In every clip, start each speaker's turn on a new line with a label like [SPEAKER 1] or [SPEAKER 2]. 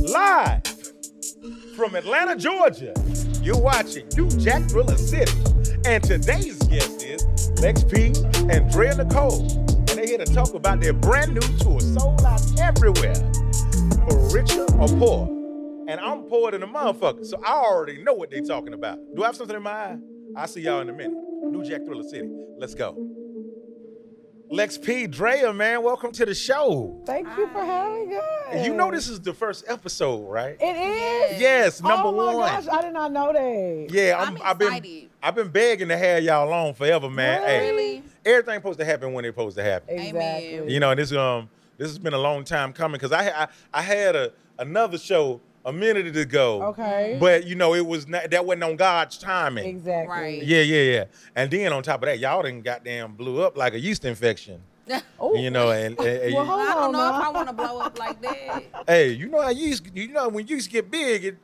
[SPEAKER 1] Live from Atlanta, Georgia, you're watching You Jack Thriller City. And today's guest is Lex P and Drea Nicole. And they're here to talk about their brand new tour, sold out everywhere, for richer or poor. And I'm poorer than a motherfucker, so I already know what they're talking about. Do I have something in my eye? I'll see y'all in a minute. New Jack Thriller City. Let's go. Lex P, Drea, man, welcome to the show.
[SPEAKER 2] Thank you for having us.
[SPEAKER 1] You know this is the first episode, right?
[SPEAKER 2] It is.
[SPEAKER 1] Yes, number
[SPEAKER 2] oh my
[SPEAKER 1] one.
[SPEAKER 2] gosh, I did not know that.
[SPEAKER 1] Yeah, I'm,
[SPEAKER 3] I'm
[SPEAKER 1] have been
[SPEAKER 3] excited.
[SPEAKER 1] I've been begging to have y'all on forever, man. Hey,
[SPEAKER 3] Really?
[SPEAKER 1] everything supposed to happen when it's supposed to happen.
[SPEAKER 2] Exactly.
[SPEAKER 1] You know, and this um this has been a long time coming because I, I I had a another show a minute ago.
[SPEAKER 2] Okay.
[SPEAKER 1] But you know, it was not that wasn't on God's timing.
[SPEAKER 2] exactly.
[SPEAKER 3] Right.
[SPEAKER 1] Yeah, yeah, yeah. And then on top of that, y'all didn't goddamn blew up like a yeast infection.
[SPEAKER 2] Ooh.
[SPEAKER 1] You know, and, and- and-
[SPEAKER 2] Well, hold
[SPEAKER 3] I don't know
[SPEAKER 2] on
[SPEAKER 3] if I
[SPEAKER 2] now.
[SPEAKER 3] want to blow up like that.
[SPEAKER 1] hey, you know how yeast you know when yeast get big, it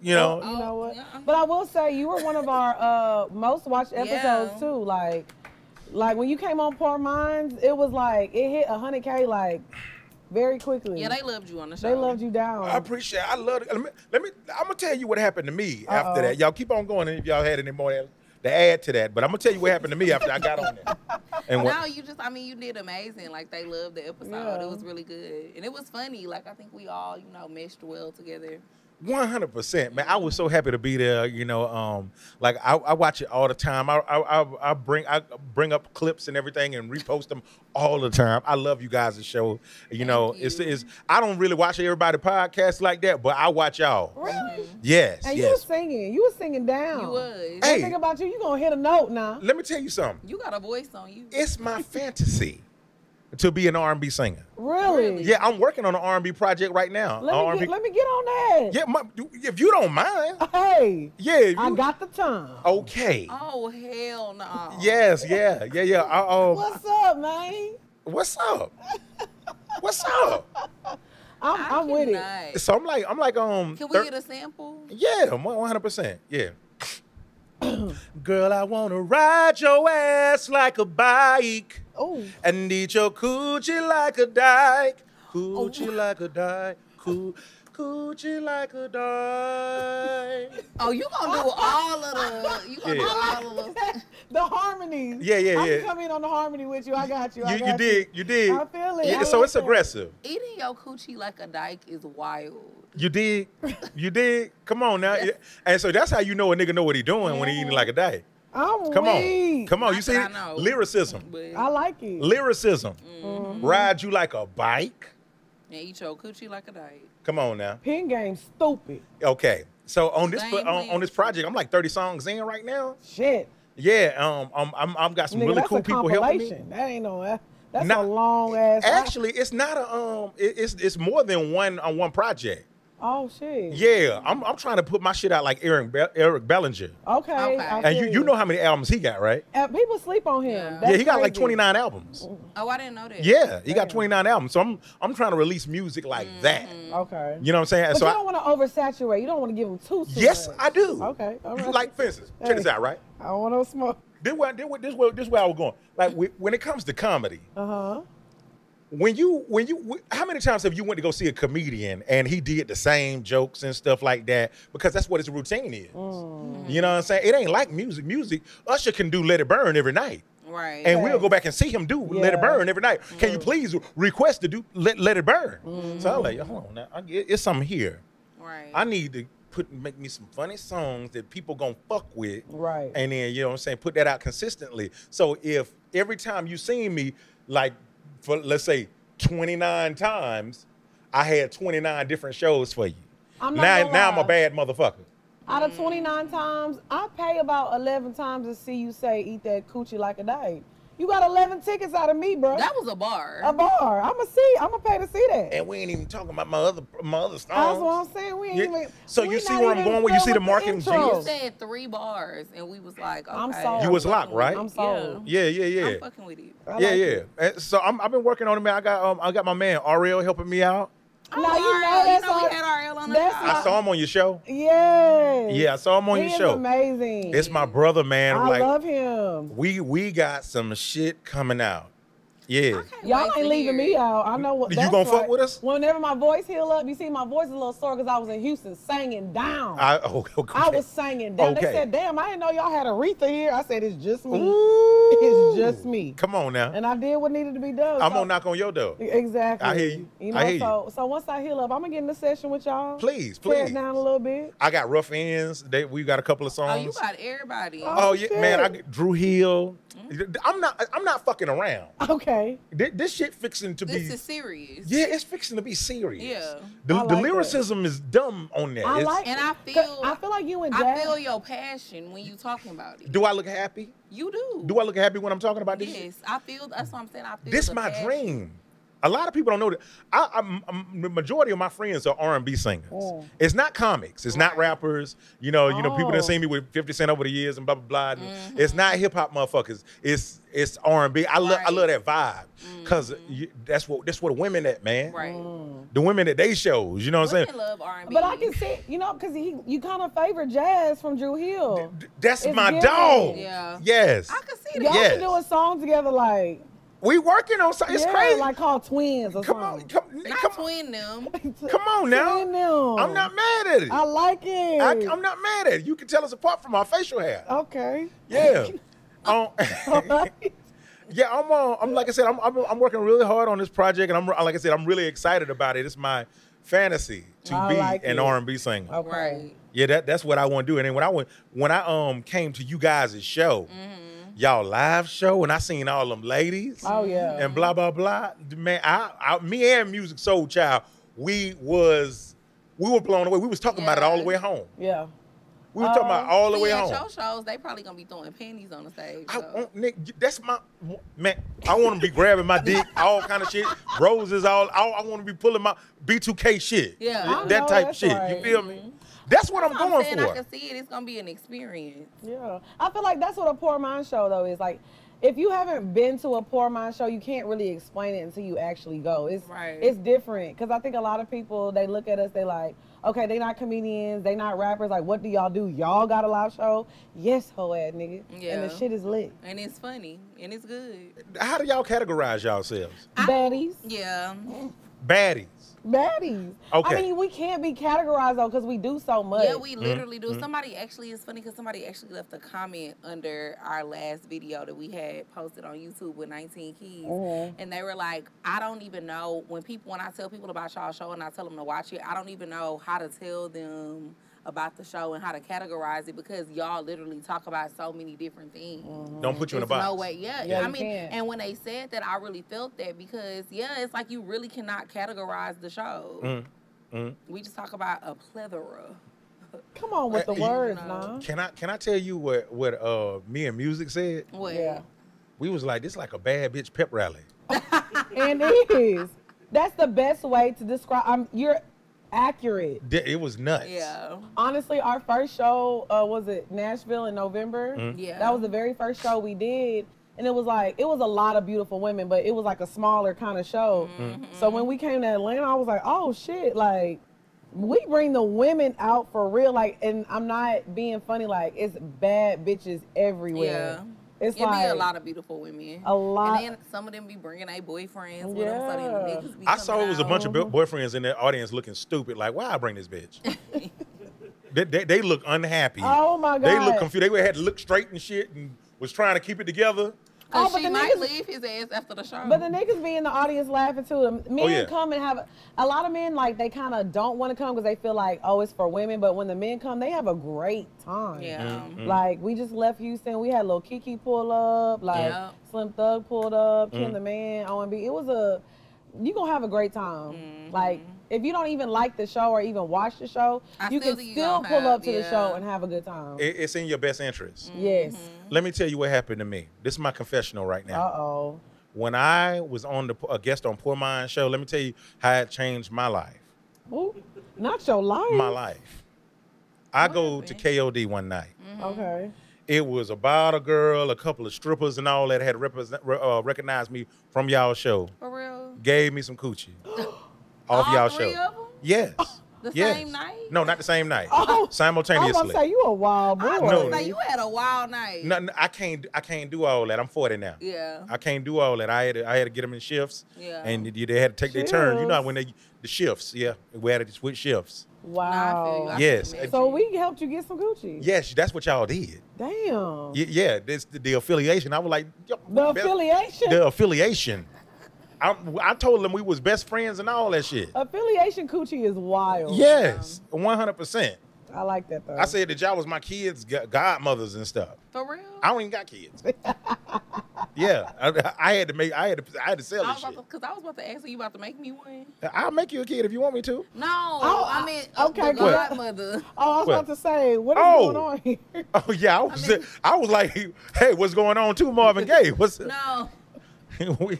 [SPEAKER 1] you know.
[SPEAKER 2] Oh, You know what?
[SPEAKER 3] Oh, yeah. uh-huh.
[SPEAKER 2] But I will say you were one of our uh, most watched episodes
[SPEAKER 3] Yeah.
[SPEAKER 2] too. Like, like when you came on Poor Minds, it was like it hit 100k like very quickly.
[SPEAKER 3] Yeah, they loved you on the show.
[SPEAKER 2] They loved you down.
[SPEAKER 1] I appreciate. I love. It. Let me. Let me. I'm gonna tell you what happened to me after
[SPEAKER 2] Uh-oh.
[SPEAKER 1] that. Y'all keep on going, and if y'all had any more to- to add to that, but I'm gonna tell you what happened to me after I got on there. And
[SPEAKER 3] No,
[SPEAKER 1] what,
[SPEAKER 3] you just, I mean, you did amazing. Like, they loved the episode.
[SPEAKER 2] Yeah.
[SPEAKER 3] It was really good. And it was funny. Like, I think we all, you know, meshed well together.
[SPEAKER 1] 100, percent man. I was so happy to be there. You know, um, like I, I watch it all the time. I, I, I, I bring, I bring up clips and everything and repost them all the time. I love you guys' show. You know,
[SPEAKER 3] Thank
[SPEAKER 1] it's,
[SPEAKER 3] you.
[SPEAKER 1] it's. I don't really watch everybody podcast like that, but I watch y'all.
[SPEAKER 2] really?
[SPEAKER 1] Yes,
[SPEAKER 2] And you
[SPEAKER 1] yes.
[SPEAKER 2] were singing. You were singing down.
[SPEAKER 3] Mm-hmm. You was.
[SPEAKER 1] Hey.
[SPEAKER 2] Think about you. You gonna hit a note now.
[SPEAKER 1] Let me tell you something.
[SPEAKER 3] You got a voice on you.
[SPEAKER 1] It's my fantasy to be an R&B singer.
[SPEAKER 2] Really?
[SPEAKER 3] Really?
[SPEAKER 1] Yeah, I'm working on an R&B project right now.
[SPEAKER 2] Let me,
[SPEAKER 1] R&B.
[SPEAKER 2] get, let me get on that. Oh,
[SPEAKER 1] yeah, my, you- if you don't mind.
[SPEAKER 2] Hey.
[SPEAKER 1] Yeah, if
[SPEAKER 2] I
[SPEAKER 1] you-
[SPEAKER 2] got the time.
[SPEAKER 1] Okay.
[SPEAKER 3] Oh, hell no.
[SPEAKER 1] Yes, yeah, yeah, yeah. Uh, uh,
[SPEAKER 2] What's up, man?
[SPEAKER 1] what's up? What's up?
[SPEAKER 2] I'm,
[SPEAKER 3] I
[SPEAKER 2] I'm with it.
[SPEAKER 3] cannot.
[SPEAKER 1] So I'm like, I'm like, um.
[SPEAKER 3] Can
[SPEAKER 1] thir-
[SPEAKER 3] we get a sample?
[SPEAKER 1] Yeah, one hundred percent. Yeah. Girl, I wanna ride your ass like a bike.
[SPEAKER 2] Oh,
[SPEAKER 1] and eat your coochie like a dyke. Coochie
[SPEAKER 2] Oh.
[SPEAKER 1] like a dyke. Coo- coochie like a dyke.
[SPEAKER 3] Oh, you gonna do all of the, you gonna
[SPEAKER 1] Yeah.
[SPEAKER 3] do all of the,
[SPEAKER 2] the harmonies.
[SPEAKER 1] Yeah, yeah,
[SPEAKER 2] I
[SPEAKER 1] yeah.
[SPEAKER 2] can come in on the harmony with you. I got you. I
[SPEAKER 1] you,
[SPEAKER 2] got
[SPEAKER 1] you dig, you dig.
[SPEAKER 2] I feel it.
[SPEAKER 1] Yeah,
[SPEAKER 2] I
[SPEAKER 1] so
[SPEAKER 2] like
[SPEAKER 1] it's
[SPEAKER 2] that.
[SPEAKER 1] aggressive.
[SPEAKER 3] eating your coochie like a dyke is wild.
[SPEAKER 1] You dig, you dig. Come on now. And so that's how you know a nigga know what he doing when he eating like a dyke.
[SPEAKER 2] I'm
[SPEAKER 1] Come on,
[SPEAKER 2] weak.
[SPEAKER 1] come on. You
[SPEAKER 3] That's
[SPEAKER 1] see
[SPEAKER 3] what I know.
[SPEAKER 1] lyricism,
[SPEAKER 3] But,
[SPEAKER 2] I like it.
[SPEAKER 1] lyricism.
[SPEAKER 2] Mm-hmm.
[SPEAKER 1] Ride you like a bike.
[SPEAKER 3] and eat your coochie like a dyke.
[SPEAKER 1] Come on now.
[SPEAKER 2] Pin game stupid.
[SPEAKER 1] Okay. So on this
[SPEAKER 3] Same
[SPEAKER 1] on, on this
[SPEAKER 3] language.
[SPEAKER 1] project, I'm like 30 songs in right now.
[SPEAKER 2] Shit.
[SPEAKER 1] Yeah. Um. um I'm I've got some
[SPEAKER 2] Nigga,
[SPEAKER 1] really
[SPEAKER 2] that's
[SPEAKER 1] cool
[SPEAKER 2] a
[SPEAKER 1] people helping me.
[SPEAKER 2] compilation. That ain't no. that- That's
[SPEAKER 1] Nah,
[SPEAKER 2] a long ass.
[SPEAKER 1] Actually, it's not a um. it- it's it's more than one on one project.
[SPEAKER 2] Oh shit.
[SPEAKER 1] Yeah, I'm I'm trying to put my shit out like Eric Be- Eric Bellinger,
[SPEAKER 2] Okay.
[SPEAKER 3] Okay.
[SPEAKER 2] I
[SPEAKER 1] and you
[SPEAKER 2] feel
[SPEAKER 1] you know how many albums he got, right?
[SPEAKER 2] And people sleep on him.
[SPEAKER 3] Yeah.
[SPEAKER 2] That's
[SPEAKER 1] yeah, he got like
[SPEAKER 2] crazy.
[SPEAKER 1] 29 albums.
[SPEAKER 3] Oh, I didn't know that.
[SPEAKER 1] Yeah, he got
[SPEAKER 2] Damn.
[SPEAKER 1] 29 albums. So I'm I'm trying to release music like that.
[SPEAKER 2] Okay.
[SPEAKER 1] You know what I'm saying?
[SPEAKER 2] but
[SPEAKER 1] so
[SPEAKER 2] you
[SPEAKER 1] I-
[SPEAKER 2] don't want to oversaturate. You don't want to give him too. too
[SPEAKER 1] yes,
[SPEAKER 2] much.
[SPEAKER 1] I do.
[SPEAKER 2] Okay. All right.
[SPEAKER 1] Like for instance, check this
[SPEAKER 2] Hey.
[SPEAKER 1] out, right?
[SPEAKER 2] I don't want no smoke.
[SPEAKER 1] This where this where this where, this where I was going. Like whe- when it comes to comedy,
[SPEAKER 2] Uh huh.
[SPEAKER 1] when you when you wh- how many times have you went to go see a comedian and he did the same jokes and stuff like that because that's what his routine is you know what i'm saying it ain't like music music usher can do let it burn every night
[SPEAKER 3] Right.
[SPEAKER 1] and we'll go back and see him do let it
[SPEAKER 2] Yeah.
[SPEAKER 1] burn every night can you please request to do let, let it burn so i'm like hold on now I, it- it's something here
[SPEAKER 3] right.
[SPEAKER 1] i need to put make me some funny songs that people gonna fuck with
[SPEAKER 2] Right.
[SPEAKER 1] and then you know what I'm saying, put that out consistently. So if every time you seen me, like for let's say 29 times, I had 29 different shows for you.
[SPEAKER 2] I'm not
[SPEAKER 1] now
[SPEAKER 2] gonna
[SPEAKER 1] now I'm a
[SPEAKER 2] lie.
[SPEAKER 1] bad motherfucker.
[SPEAKER 2] Out of 29 times, I pay about 11 times to see you say eat that coochie like a date. You got 11 tickets out of me, bro.
[SPEAKER 3] that was a bar.
[SPEAKER 2] a bar. I'ma see. I'ma pay to see that.
[SPEAKER 1] And we ain't even talking about my other my other
[SPEAKER 2] That's
[SPEAKER 1] songs.
[SPEAKER 2] what I'm saying. We ain't
[SPEAKER 1] Yeah.
[SPEAKER 2] even.
[SPEAKER 1] So
[SPEAKER 2] we
[SPEAKER 1] you see
[SPEAKER 2] not
[SPEAKER 1] where I'm
[SPEAKER 2] even
[SPEAKER 1] going with- you
[SPEAKER 2] done
[SPEAKER 1] see the
[SPEAKER 2] with
[SPEAKER 1] marketing
[SPEAKER 2] intro.
[SPEAKER 3] you said three bars, and we was like, okay.
[SPEAKER 2] I'm sold.
[SPEAKER 1] you was locked, right?
[SPEAKER 2] I'm sold.
[SPEAKER 1] yeah, yeah, yeah.
[SPEAKER 3] I'm fucking with you.
[SPEAKER 2] I
[SPEAKER 1] yeah,
[SPEAKER 2] like
[SPEAKER 1] yeah.
[SPEAKER 2] it.
[SPEAKER 1] And so I'm, I've been working on it, man. I got um, I got my man Ariel helping me out.
[SPEAKER 2] No, you know
[SPEAKER 3] RL,
[SPEAKER 2] that's
[SPEAKER 3] you know
[SPEAKER 2] all-
[SPEAKER 3] we had RL on the
[SPEAKER 2] that's
[SPEAKER 3] show.
[SPEAKER 2] my-
[SPEAKER 1] I saw him on your show.
[SPEAKER 2] Yes.
[SPEAKER 1] Yeah, I saw him on
[SPEAKER 2] he
[SPEAKER 1] your
[SPEAKER 2] is
[SPEAKER 1] show.
[SPEAKER 2] amazing.
[SPEAKER 1] It's my brother, man.
[SPEAKER 2] I
[SPEAKER 1] like
[SPEAKER 2] love him.
[SPEAKER 1] we we got some shit coming out. Yeah.
[SPEAKER 2] Y'all
[SPEAKER 3] Wait to
[SPEAKER 2] ain't leaving
[SPEAKER 3] hear
[SPEAKER 2] me
[SPEAKER 3] it.
[SPEAKER 2] out. I know what.
[SPEAKER 1] You
[SPEAKER 2] that's
[SPEAKER 1] gonna fuck
[SPEAKER 2] right.
[SPEAKER 1] with us?
[SPEAKER 2] Whenever my voice heal up, you see my voice is a little sore because I was in Houston singing down. I,
[SPEAKER 1] I, oh, okay.
[SPEAKER 2] was singing down.
[SPEAKER 1] Okay.
[SPEAKER 2] They said, "Damn, I didn't know y'all had Aretha here." I said, "It's just me."
[SPEAKER 1] Ooh.
[SPEAKER 2] It's just me.
[SPEAKER 1] Come on now.
[SPEAKER 2] And I did what needed to be done.
[SPEAKER 1] I'm
[SPEAKER 2] so-
[SPEAKER 1] gonna knock on your door.
[SPEAKER 2] Exactly.
[SPEAKER 1] I hear you.
[SPEAKER 2] You know,
[SPEAKER 1] I hear you.
[SPEAKER 2] so so once I heal up, I'm gonna get in the session with y'all.
[SPEAKER 1] Please,
[SPEAKER 2] Tear
[SPEAKER 1] please.
[SPEAKER 2] it down a little bit.
[SPEAKER 1] I got rough ends. They, we got a couple of
[SPEAKER 3] Oh,
[SPEAKER 1] songs.
[SPEAKER 3] you got everybody.
[SPEAKER 2] Oh.
[SPEAKER 1] Oh yeah, man! I
[SPEAKER 2] shit.
[SPEAKER 1] Drew Hill.
[SPEAKER 2] Mm-hmm.
[SPEAKER 1] I'm not. I'm not fucking around.
[SPEAKER 2] Okay.
[SPEAKER 1] This, this shit fixing to
[SPEAKER 3] this
[SPEAKER 1] be.
[SPEAKER 3] is serious.
[SPEAKER 1] yeah, it's fixing to be serious.
[SPEAKER 3] Yeah.
[SPEAKER 1] The,
[SPEAKER 2] I
[SPEAKER 1] the
[SPEAKER 2] like that.
[SPEAKER 1] lyricism is dumb on that.
[SPEAKER 2] I
[SPEAKER 1] It's-
[SPEAKER 2] like
[SPEAKER 3] And I
[SPEAKER 2] 'Cause
[SPEAKER 3] feel
[SPEAKER 2] I feel like you and
[SPEAKER 3] I
[SPEAKER 2] Jazz.
[SPEAKER 3] feel your passion when you talking about it.
[SPEAKER 1] Do I look happy?
[SPEAKER 3] You do.
[SPEAKER 1] Do I look happy when I'm talking about this? shit?
[SPEAKER 3] Yes, I feel. That's what I'm saying. I feel.
[SPEAKER 1] This
[SPEAKER 3] the
[SPEAKER 1] my
[SPEAKER 3] passion.
[SPEAKER 1] dream. A lot of people don't know that. I, I'm, I'm- the majority of my friends are R&B singers.
[SPEAKER 2] Mm.
[SPEAKER 1] It's not comics. It's not
[SPEAKER 3] Oh. Right.
[SPEAKER 1] rappers. You know, you know, people
[SPEAKER 2] Oh.
[SPEAKER 1] that seen me with 50 Cent over the years and blah blah blah.
[SPEAKER 3] Mm-hmm.
[SPEAKER 1] and It's not hip hop motherfuckers. It's it's R&B. I love I
[SPEAKER 3] Right. Mm-hmm.
[SPEAKER 1] love that vibe because that's what that's what women at man.
[SPEAKER 3] Right.
[SPEAKER 1] The women at they shows. You know what I'm
[SPEAKER 3] Women
[SPEAKER 1] saying?
[SPEAKER 3] love R&B.
[SPEAKER 2] Mm. But I can see, you know, because he you kind of favor Jazz from Drew Hill.
[SPEAKER 1] D- That's
[SPEAKER 2] It's
[SPEAKER 1] my
[SPEAKER 2] giving.
[SPEAKER 1] dog.
[SPEAKER 3] Yeah.
[SPEAKER 1] Yes.
[SPEAKER 3] I can see
[SPEAKER 2] Y'all
[SPEAKER 3] that.
[SPEAKER 1] Yes.
[SPEAKER 2] can do a song together, like
[SPEAKER 1] We working on something. It's
[SPEAKER 2] yeah,
[SPEAKER 1] crazy.
[SPEAKER 2] like called Twins or
[SPEAKER 1] come on,
[SPEAKER 2] something.
[SPEAKER 1] come,
[SPEAKER 3] Not
[SPEAKER 1] come on.
[SPEAKER 3] twin them.
[SPEAKER 1] Come on now.
[SPEAKER 2] Twin them.
[SPEAKER 1] I'm not mad at it.
[SPEAKER 2] I like it.
[SPEAKER 1] I, I'm not mad at it. You can tell us apart from our facial hair.
[SPEAKER 2] Oh. Okay.
[SPEAKER 1] Yeah. Um,
[SPEAKER 2] Oh. Alright.
[SPEAKER 1] yeah, I'm on. I'm like I said, I'm, I'm I'm working really hard on this project, and I'm like I said, I'm really excited about it. It's my fantasy to
[SPEAKER 2] I
[SPEAKER 1] be
[SPEAKER 2] like
[SPEAKER 1] an
[SPEAKER 2] it. Oh.
[SPEAKER 1] R&B singer.
[SPEAKER 2] Okay.
[SPEAKER 3] Right.
[SPEAKER 1] Yeah, that that's what I want to do. And then when I went, when I um came to you guys' show, y'all live show, and I seen all them ladies
[SPEAKER 2] Mm-hmm. Oh yeah.
[SPEAKER 3] Mm-hmm.
[SPEAKER 1] and blah blah blah. Man, I, I me and Music Soul Child, we was we were blown away. We was talking about it all the
[SPEAKER 3] Yeah.
[SPEAKER 1] way home.
[SPEAKER 2] yeah. Oh.
[SPEAKER 1] We were talking about all the
[SPEAKER 3] See,
[SPEAKER 1] way
[SPEAKER 3] at
[SPEAKER 1] home.
[SPEAKER 3] your shows, they probably gonna be throwing panties on the stage.
[SPEAKER 1] I
[SPEAKER 3] so.
[SPEAKER 1] want Nick. That's my man. I want to be grabbing my dick, all kind of shit, roses, all. all I want to be pulling my B2K shit.
[SPEAKER 3] Yeah. Oh,
[SPEAKER 1] Th-
[SPEAKER 3] I
[SPEAKER 1] that
[SPEAKER 2] know,
[SPEAKER 1] type
[SPEAKER 2] that's
[SPEAKER 1] shit. You
[SPEAKER 2] right.
[SPEAKER 1] feel me? That's what I'm
[SPEAKER 3] Mm-hmm. That's what
[SPEAKER 1] going
[SPEAKER 3] saying, I
[SPEAKER 1] for.
[SPEAKER 3] can see it. It's gonna be an experience.
[SPEAKER 2] Yeah. I feel like that's what a poor mind show though is like. If you haven't been to a poor mind show, you can't really explain it until you actually go. It's
[SPEAKER 3] Right.
[SPEAKER 2] it's different because I think a lot of people they look at us they like, okay, they not comedians, they not rappers. Like, what do y'all do? Y'all got a live show? Yes, hoe ass nigga. And
[SPEAKER 3] Yeah.
[SPEAKER 2] the shit is lit.
[SPEAKER 3] And it's funny. And it's good.
[SPEAKER 1] How do y'all categorize yourselves?
[SPEAKER 2] Baddies.
[SPEAKER 3] Yeah.
[SPEAKER 1] Baddies.
[SPEAKER 2] baddies.
[SPEAKER 1] Okay.
[SPEAKER 2] I mean, we can't be categorized though because we do so much.
[SPEAKER 3] Yeah, we literally do. Somebody actually is funny because somebody actually left a comment under our last video that we had posted on YouTube with 19 Keys,
[SPEAKER 2] Mhm.
[SPEAKER 3] and they were like, "I don't even know when people when I tell people about y'all show and I tell them to watch it, I don't even know how to tell them about the show and how to categorize it because y'all literally talk about so many different things."
[SPEAKER 1] Don't put you in a
[SPEAKER 3] There's
[SPEAKER 1] box.
[SPEAKER 3] No way. Yeah.
[SPEAKER 2] Yeah,
[SPEAKER 3] I
[SPEAKER 2] you
[SPEAKER 3] mean,
[SPEAKER 2] can't.
[SPEAKER 3] and when they said that, I really felt that because yeah, it's like you really cannot categorize the show.
[SPEAKER 1] Mm,
[SPEAKER 3] We just talk about a plethora.
[SPEAKER 2] Come on with the
[SPEAKER 1] Uh, you-
[SPEAKER 2] words,
[SPEAKER 3] No.
[SPEAKER 2] nah.
[SPEAKER 1] Can I can I tell you what what uh me and Music said?
[SPEAKER 3] What?
[SPEAKER 2] Yeah.
[SPEAKER 1] We was like, this like a bad bitch pep rally.
[SPEAKER 2] And it is. That's the best way to describe. I'm, you're accurate.
[SPEAKER 1] Th- It was nuts.
[SPEAKER 3] Yeah.
[SPEAKER 2] honestly, our first show uh, was it Nashville in November.
[SPEAKER 3] Yeah.
[SPEAKER 2] that was the very first show we did, and it was like it was a lot of beautiful women, but it was like a smaller kind of show.
[SPEAKER 3] Mm-hmm.
[SPEAKER 2] So when we came to Atlanta, I was like, oh shit, like we bring the women out for real, like, and I'm not being funny, like it's bad bitches everywhere. Yeah, it's
[SPEAKER 3] It'd
[SPEAKER 2] like
[SPEAKER 3] be a lot of beautiful women.
[SPEAKER 2] a lot-
[SPEAKER 3] And then some of them be bringing their boyfriends with them. So then
[SPEAKER 2] Yeah.
[SPEAKER 3] the niggas be
[SPEAKER 1] I saw it was a bunch of
[SPEAKER 3] coming
[SPEAKER 1] bo- boyfriends in the audience looking stupid. Like, why I bring this bitch? they, they, they look unhappy.
[SPEAKER 2] Oh, my
[SPEAKER 1] They look
[SPEAKER 2] God.
[SPEAKER 1] confused. They had to look straight and shit, and was trying to keep it together.
[SPEAKER 3] out. 'Cause
[SPEAKER 2] Oh, but
[SPEAKER 3] she
[SPEAKER 2] the
[SPEAKER 3] might
[SPEAKER 2] niggas-
[SPEAKER 3] leave his ass after the show.
[SPEAKER 2] But the niggas be in the audience laughing too. The Men
[SPEAKER 1] yeah.
[SPEAKER 2] come and have a lot of men like they kind of don't want to come because they feel like oh it's for women. But when the men come, they have a great time.
[SPEAKER 3] Yeah. Mhm.
[SPEAKER 2] Like we just left Houston. We had little Kiki pull up, like
[SPEAKER 3] Yeah.
[SPEAKER 2] Slim Thug pulled up, Ken the Man, O and B. It was a you gonna have a great time.
[SPEAKER 3] Mm-hmm.
[SPEAKER 2] Like if you don't even like the show or even watch the show,
[SPEAKER 3] I
[SPEAKER 2] you
[SPEAKER 3] still
[SPEAKER 2] can
[SPEAKER 3] think you
[SPEAKER 2] still
[SPEAKER 3] gonna
[SPEAKER 2] pull
[SPEAKER 3] have-
[SPEAKER 2] up to the
[SPEAKER 3] yeah. Mm-hmm.
[SPEAKER 2] show and have a good time.
[SPEAKER 1] It- it's in your best interest.
[SPEAKER 2] yes.
[SPEAKER 1] Let me tell you what happened to me. This is my confessional right
[SPEAKER 2] Uh
[SPEAKER 1] now.
[SPEAKER 2] oh.
[SPEAKER 1] When I was on the a guest on Poor Mind show, let me tell you how it changed my life.
[SPEAKER 2] Not your life.
[SPEAKER 1] My life. I go to
[SPEAKER 3] happened?
[SPEAKER 1] KOD one night.
[SPEAKER 2] Mm-hmm.
[SPEAKER 3] Mm-hmm.
[SPEAKER 2] Okay.
[SPEAKER 1] It was about a girl, a couple of strippers, and all that had represent, re- uh, recognized me from y'all show.
[SPEAKER 3] For real?
[SPEAKER 1] Gave me some coochie off
[SPEAKER 3] All
[SPEAKER 1] y'all
[SPEAKER 3] three
[SPEAKER 1] show.
[SPEAKER 3] of 'em?
[SPEAKER 1] Yes.
[SPEAKER 3] The
[SPEAKER 1] Yes.
[SPEAKER 3] same night?
[SPEAKER 1] No, not the same night.
[SPEAKER 2] Oh, I'm about
[SPEAKER 1] Simultaneously.
[SPEAKER 2] to say you a wild boy.
[SPEAKER 3] I was
[SPEAKER 1] No.
[SPEAKER 3] gonna say you had a wild night.
[SPEAKER 1] no, no, I can't. I can't do all that. I'm 40 now.
[SPEAKER 3] Yeah.
[SPEAKER 1] I can't do all that. I had to, I had to get them in shifts,
[SPEAKER 3] Yeah.
[SPEAKER 1] and they they had to take their turns. You know
[SPEAKER 2] Shifts.
[SPEAKER 1] when they the shifts, yeah, we had to switch shifts.
[SPEAKER 3] Nah, I feel
[SPEAKER 2] wow.
[SPEAKER 3] you. I can
[SPEAKER 1] Yes.
[SPEAKER 3] imagine.
[SPEAKER 2] so we helped you get some Gucci.
[SPEAKER 1] Yes, that's what y'all did.
[SPEAKER 2] Damn.
[SPEAKER 1] Y- yeah, this the, the affiliation. I was like, yo,
[SPEAKER 2] The
[SPEAKER 1] best-
[SPEAKER 2] affiliation.
[SPEAKER 1] the affiliation. I, I told them we was best friends and all that
[SPEAKER 3] Oh,
[SPEAKER 1] shit.
[SPEAKER 2] affiliation Gucci is wild.
[SPEAKER 1] yes, 100. percent
[SPEAKER 2] I like that though.
[SPEAKER 1] I said that y'all was my kids' go- godmothers and stuff.
[SPEAKER 3] For real?
[SPEAKER 1] I don't even got kids. yeah, I, I had to make. I had to. I had to sell this
[SPEAKER 3] I was about
[SPEAKER 1] shit.
[SPEAKER 3] to, cause I was about to ask you, you about to make me one.
[SPEAKER 1] I'll make you a kid if you want me to.
[SPEAKER 3] No,
[SPEAKER 2] Oh,
[SPEAKER 3] I
[SPEAKER 2] I-
[SPEAKER 3] mean,
[SPEAKER 2] okay,
[SPEAKER 3] the
[SPEAKER 1] What?
[SPEAKER 3] godmother.
[SPEAKER 2] Oh, I was
[SPEAKER 1] What?
[SPEAKER 2] about to say, what is
[SPEAKER 1] Oh.
[SPEAKER 2] going on here?
[SPEAKER 1] Oh yeah, I was. I,
[SPEAKER 3] mean-
[SPEAKER 1] was like, hey, what's going on too, Marvin Gaye? What's?
[SPEAKER 3] No.
[SPEAKER 1] We-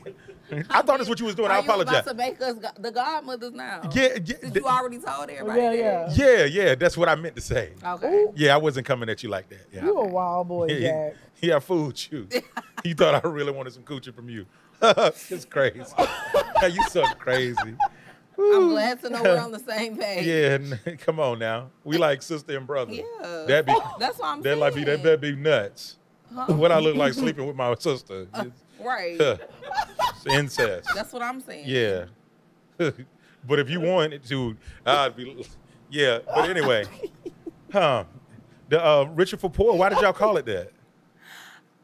[SPEAKER 1] I thought that's what you was doing.
[SPEAKER 3] Are
[SPEAKER 1] I
[SPEAKER 3] you
[SPEAKER 1] apologize.
[SPEAKER 3] about to make us go- the godmothers now?
[SPEAKER 1] Yeah, yeah,
[SPEAKER 3] Since
[SPEAKER 1] th-
[SPEAKER 3] you already told everybody.
[SPEAKER 2] Yeah,
[SPEAKER 3] that.
[SPEAKER 1] yeah, yeah. That's what I meant to say.
[SPEAKER 3] Okay.
[SPEAKER 1] Yeah, I wasn't coming at you like that. Yeah.
[SPEAKER 2] You a wild boy,
[SPEAKER 1] yeah,
[SPEAKER 2] Jack.
[SPEAKER 1] yeah, I fooled you. you thought I really wanted some coochie from you. it's crazy. you so crazy.
[SPEAKER 3] I'm glad to know we're on the same page.
[SPEAKER 1] Yeah, n- come on now. We like sister and brother.
[SPEAKER 3] Yeah.
[SPEAKER 1] That'd be
[SPEAKER 3] That's what I'm
[SPEAKER 1] that
[SPEAKER 3] saying. Uh-uh.
[SPEAKER 1] like be that that'd be nuts.
[SPEAKER 3] Huh?
[SPEAKER 1] What I look like sleeping with my sister.
[SPEAKER 3] Uh-uh.
[SPEAKER 1] It's-
[SPEAKER 3] Right.
[SPEAKER 1] huh. It's incest.
[SPEAKER 3] That's what I'm saying.
[SPEAKER 1] Yeah. but if you wanted to, I'd be yeah. But anyway. Huh. The uh Richard for Poor, why did y'all call it that?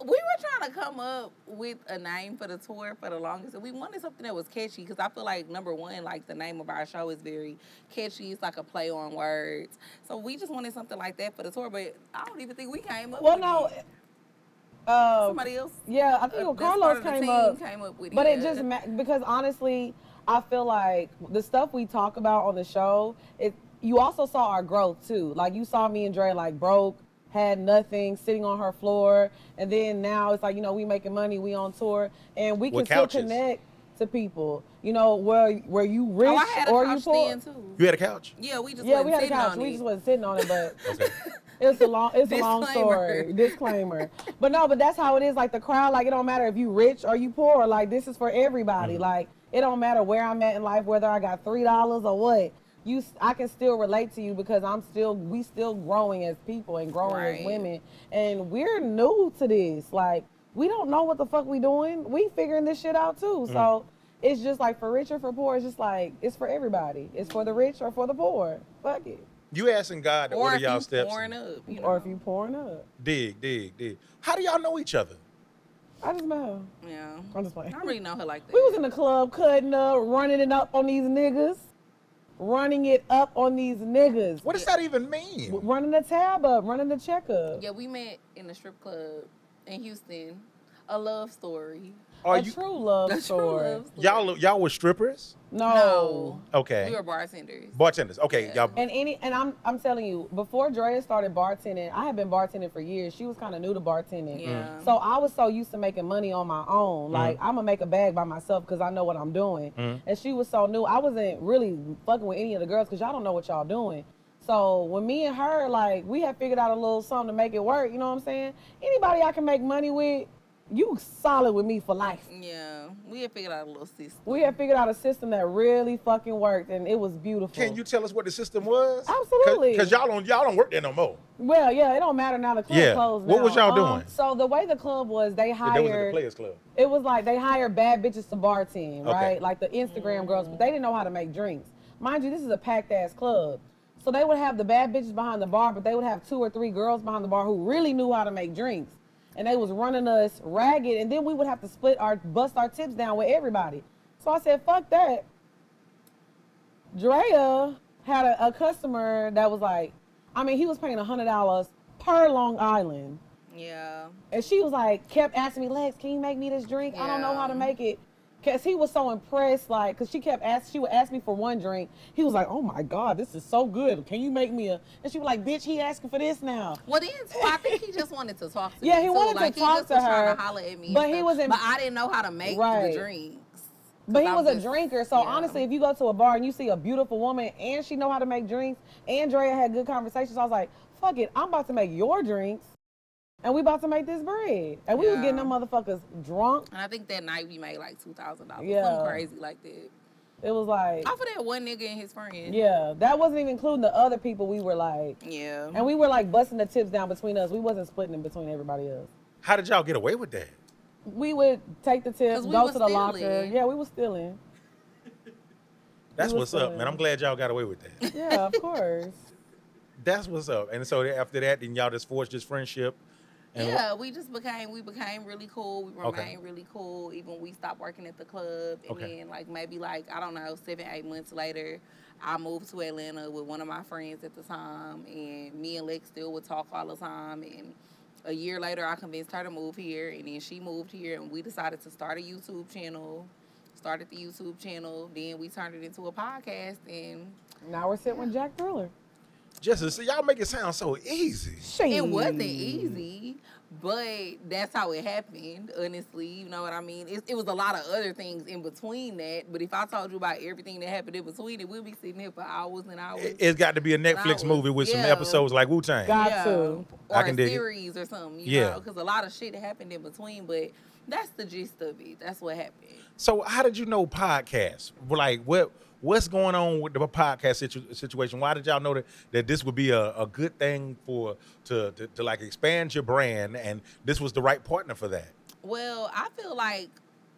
[SPEAKER 3] We were trying to come up with a name for the tour for the longest, and we wanted something that was catchy because I feel like number one, like the name of our show is very catchy. It's like a play on words, so we just wanted something like that for the tour. But I don't even think we came up.
[SPEAKER 2] Well,
[SPEAKER 3] with
[SPEAKER 2] no.
[SPEAKER 3] it.
[SPEAKER 2] Uh,
[SPEAKER 3] somebody else.
[SPEAKER 2] yeah, I
[SPEAKER 3] uh,
[SPEAKER 2] think when
[SPEAKER 3] that's part
[SPEAKER 2] Carlos
[SPEAKER 3] of the
[SPEAKER 2] came
[SPEAKER 3] team
[SPEAKER 2] up,
[SPEAKER 3] came up with
[SPEAKER 2] but
[SPEAKER 3] it. Oh,
[SPEAKER 2] it just ma- because honestly, I feel like the stuff we talk about on the show, it you also saw our growth too. Like you saw me and Dre like broke, had nothing, sitting on her floor, and then now it's like you know we making money, we on tour, and we
[SPEAKER 1] With
[SPEAKER 2] can still
[SPEAKER 1] couches.
[SPEAKER 2] connect to people. You know where where you rich
[SPEAKER 3] oh, I had a
[SPEAKER 2] or you
[SPEAKER 3] couch
[SPEAKER 2] poor.
[SPEAKER 3] stand too.
[SPEAKER 1] You had a couch?
[SPEAKER 3] Yeah, we just
[SPEAKER 2] Yeah,
[SPEAKER 3] wasn't
[SPEAKER 2] we had a
[SPEAKER 3] sitting
[SPEAKER 2] couch.
[SPEAKER 3] on
[SPEAKER 2] We
[SPEAKER 3] it.
[SPEAKER 2] just wasn't sitting on it, but
[SPEAKER 1] Okay.
[SPEAKER 2] it's a long it's a long story. Disclaimer. But no, but that's how it is. Like the crowd, like it don't matter if you rich or you poor. Like this is for everybody.
[SPEAKER 3] Mm-hmm.
[SPEAKER 2] Like it don't matter where I'm at in life, whether I got three dollars or what. You, s- I can still relate to you because I'm still we still growing as people and growing
[SPEAKER 3] Right.
[SPEAKER 2] as women, and we're new to this. Like we don't know what the fuck we doing. We figuring this shit out too.
[SPEAKER 3] Mm.
[SPEAKER 2] So. It's just like for rich or for poor. It's just like it's for everybody. It's for the rich or for the poor. Fuck it.
[SPEAKER 1] You asking God to
[SPEAKER 3] or
[SPEAKER 1] order
[SPEAKER 3] if
[SPEAKER 1] y'all
[SPEAKER 3] you
[SPEAKER 1] steps.
[SPEAKER 3] pouring up, you know.
[SPEAKER 2] Or if you pouring up.
[SPEAKER 1] Dig, dig, dig. How do y'all know each other?
[SPEAKER 2] I just met her.
[SPEAKER 3] yeah.
[SPEAKER 2] I'm just playing.
[SPEAKER 3] I really know her like that.
[SPEAKER 2] We was in the club cutting up, running it up on these niggas, running it up on these niggas,
[SPEAKER 1] What does that even mean?
[SPEAKER 2] W- running the tab up, running the check up.
[SPEAKER 3] Yeah, we met in the strip club in Houston. A love story.
[SPEAKER 1] Are
[SPEAKER 2] a
[SPEAKER 1] you
[SPEAKER 2] true love
[SPEAKER 3] A true
[SPEAKER 2] story.
[SPEAKER 3] love story.
[SPEAKER 1] y'all y'all were strippers?
[SPEAKER 2] No.
[SPEAKER 3] No.
[SPEAKER 1] Okay.
[SPEAKER 3] We were bartenders.
[SPEAKER 1] Bartenders. Okay,
[SPEAKER 3] Yeah.
[SPEAKER 1] y'all
[SPEAKER 2] And any and I'm I'm telling you, before Drea started bartending, I had been bartending for years. She was kind of new to bartending.
[SPEAKER 1] Mm.
[SPEAKER 3] Yeah.
[SPEAKER 2] So I was so used to making money on my own. Like I'm gonna make a bag by myself because I know what I'm doing. And she was so new. I wasn't really fucking with any of the girls because y'all don't know what y'all doing. So when me and her, like, we had figured out a little something to make it work. You know what I'm saying? Anybody I can make money with, you solid with me for life.
[SPEAKER 3] Yeah, we had figured out a little system.
[SPEAKER 2] We had figured out a system that really fucking worked, and it was beautiful.
[SPEAKER 1] Can you tell us what the system was?
[SPEAKER 2] Absolutely.
[SPEAKER 1] Because y'all don't y'all don't work there no more.
[SPEAKER 2] Well, yeah, it don't matter now. The club
[SPEAKER 1] Yeah.
[SPEAKER 2] closed.
[SPEAKER 1] What was
[SPEAKER 2] now.
[SPEAKER 1] y'all
[SPEAKER 2] Um,
[SPEAKER 1] doing?
[SPEAKER 2] So the way the club was, they
[SPEAKER 1] Yeah, That was at the
[SPEAKER 2] hired.
[SPEAKER 1] Players Club.
[SPEAKER 2] it was like they hired bad bitches to bartend,
[SPEAKER 1] Okay.
[SPEAKER 2] right? Like the Instagram girls, but they didn't know how to make drinks. Mind you, this is a packed ass club. So they would have the bad bitches behind the bar, but they would have two or three girls behind the bar who really knew how to make drinks. And they was running us ragged, and then we would have to split our bust our tips down with everybody. So I said, fuck that. Drea had a, a customer that was like, I mean, he was paying hundred dollars per Long Island,
[SPEAKER 3] Yeah.
[SPEAKER 2] and she was like, kept asking me, Lex, can you make me this drink? I don't know how to
[SPEAKER 3] Yeah.
[SPEAKER 2] make it. Cause he was so impressed, like, cause she kept asking, she would ask me for one drink. He was like, oh my god, this is so good. Can you make me a? And she was like, bitch, he asking for this now.
[SPEAKER 3] Well, then too, I think he just wanted to talk to
[SPEAKER 2] Yeah,
[SPEAKER 3] me,
[SPEAKER 2] he
[SPEAKER 3] too.
[SPEAKER 2] wanted to
[SPEAKER 3] like,
[SPEAKER 2] talk
[SPEAKER 3] he just
[SPEAKER 2] to
[SPEAKER 3] was trying
[SPEAKER 2] her,
[SPEAKER 3] to holler at me. and
[SPEAKER 2] but he
[SPEAKER 3] stuff.
[SPEAKER 2] wasn't-
[SPEAKER 3] But I didn't know how to make
[SPEAKER 2] Right.
[SPEAKER 3] the drinks.
[SPEAKER 2] But he
[SPEAKER 3] I'm
[SPEAKER 2] was
[SPEAKER 3] just-
[SPEAKER 2] a drinker, so
[SPEAKER 3] yeah.
[SPEAKER 2] honestly, if you go to a bar and you see a beautiful woman and she know how to make drinks, and Drea had good conversations, I was like, fuck it, I'm about to make your drinks, and we about to make this bread, and we was
[SPEAKER 3] Yeah.
[SPEAKER 2] getting them motherfuckers drunk.
[SPEAKER 3] And I think that night we made like two thousand dollars.
[SPEAKER 2] Yeah.
[SPEAKER 3] Something crazy like that.
[SPEAKER 2] It was like,
[SPEAKER 3] Off of that one nigga and his friend.
[SPEAKER 2] yeah, that wasn't even including the other people. We were like,
[SPEAKER 3] Yeah.
[SPEAKER 2] and we were like busting the tips down between us. We wasn't splitting them between everybody else.
[SPEAKER 1] How did y'all get away with that?
[SPEAKER 2] We would take the tips,
[SPEAKER 3] 'Cause we
[SPEAKER 2] go
[SPEAKER 3] was
[SPEAKER 2] to the locker.
[SPEAKER 3] stealing.
[SPEAKER 2] Yeah, we were stealing.
[SPEAKER 1] That's
[SPEAKER 2] was
[SPEAKER 1] what's up,
[SPEAKER 2] fun.
[SPEAKER 1] man. I'm glad y'all got away with that.
[SPEAKER 2] Yeah, of course.
[SPEAKER 1] That's what's up. And so after that, then y'all just forged this friendship. And
[SPEAKER 3] yeah, we just became we became really cool. We remained
[SPEAKER 1] Okay.
[SPEAKER 3] really cool. Even we stopped working at the club, and
[SPEAKER 1] Okay.
[SPEAKER 3] then like maybe like I don't know seven eight months later, I moved to Atlanta with one of my friends at the time, and me and Lex still would talk all the time. And a year later, I convinced her to move here, and then she moved here, and we decided to start a YouTube channel. Started the YouTube channel, then we turned it into a podcast, and
[SPEAKER 2] Now we're sitting with Jack Thriller.
[SPEAKER 1] Just so y'all make it sound so easy.
[SPEAKER 3] It wasn't easy, but that's how it happened, honestly. You know what I mean? It, it was a lot of other things in between that, but if I told you about everything that happened in between it, we'd be sitting here for hours and hours.
[SPEAKER 1] It, has got to be a Netflix
[SPEAKER 3] was-
[SPEAKER 1] movie with some
[SPEAKER 3] yeah.
[SPEAKER 1] episodes like Wu Tang.
[SPEAKER 2] Got
[SPEAKER 3] Yeah,
[SPEAKER 2] to.
[SPEAKER 3] Or
[SPEAKER 1] I can
[SPEAKER 3] a
[SPEAKER 1] dig it.
[SPEAKER 3] series or something, you
[SPEAKER 1] Yeah.
[SPEAKER 3] know? Because a lot of shit happened in between, but that's the gist of it. That's what happened.
[SPEAKER 1] So how did you know podcasts? Like what what's going on with the podcast situ- situation? Why did y'all know that, that this would be a, a good thing for to, to to like expand your brand and this was the right partner for that?
[SPEAKER 3] Well, I feel like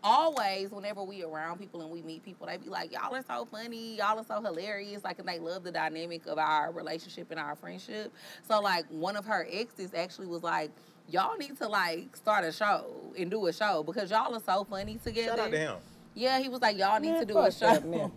[SPEAKER 3] always whenever we around people and we meet people, they be like, Y'all are so funny, y'all are so hilarious. Like and they love the dynamic of our relationship and our friendship. So like one of her exes actually was like, Y'all need to like start a show and do a show because y'all are so funny together.
[SPEAKER 1] Shout out to him.
[SPEAKER 3] Yeah, he was like, Y'all need
[SPEAKER 2] Man,
[SPEAKER 3] to do a
[SPEAKER 2] fuck that
[SPEAKER 3] show.
[SPEAKER 2] man.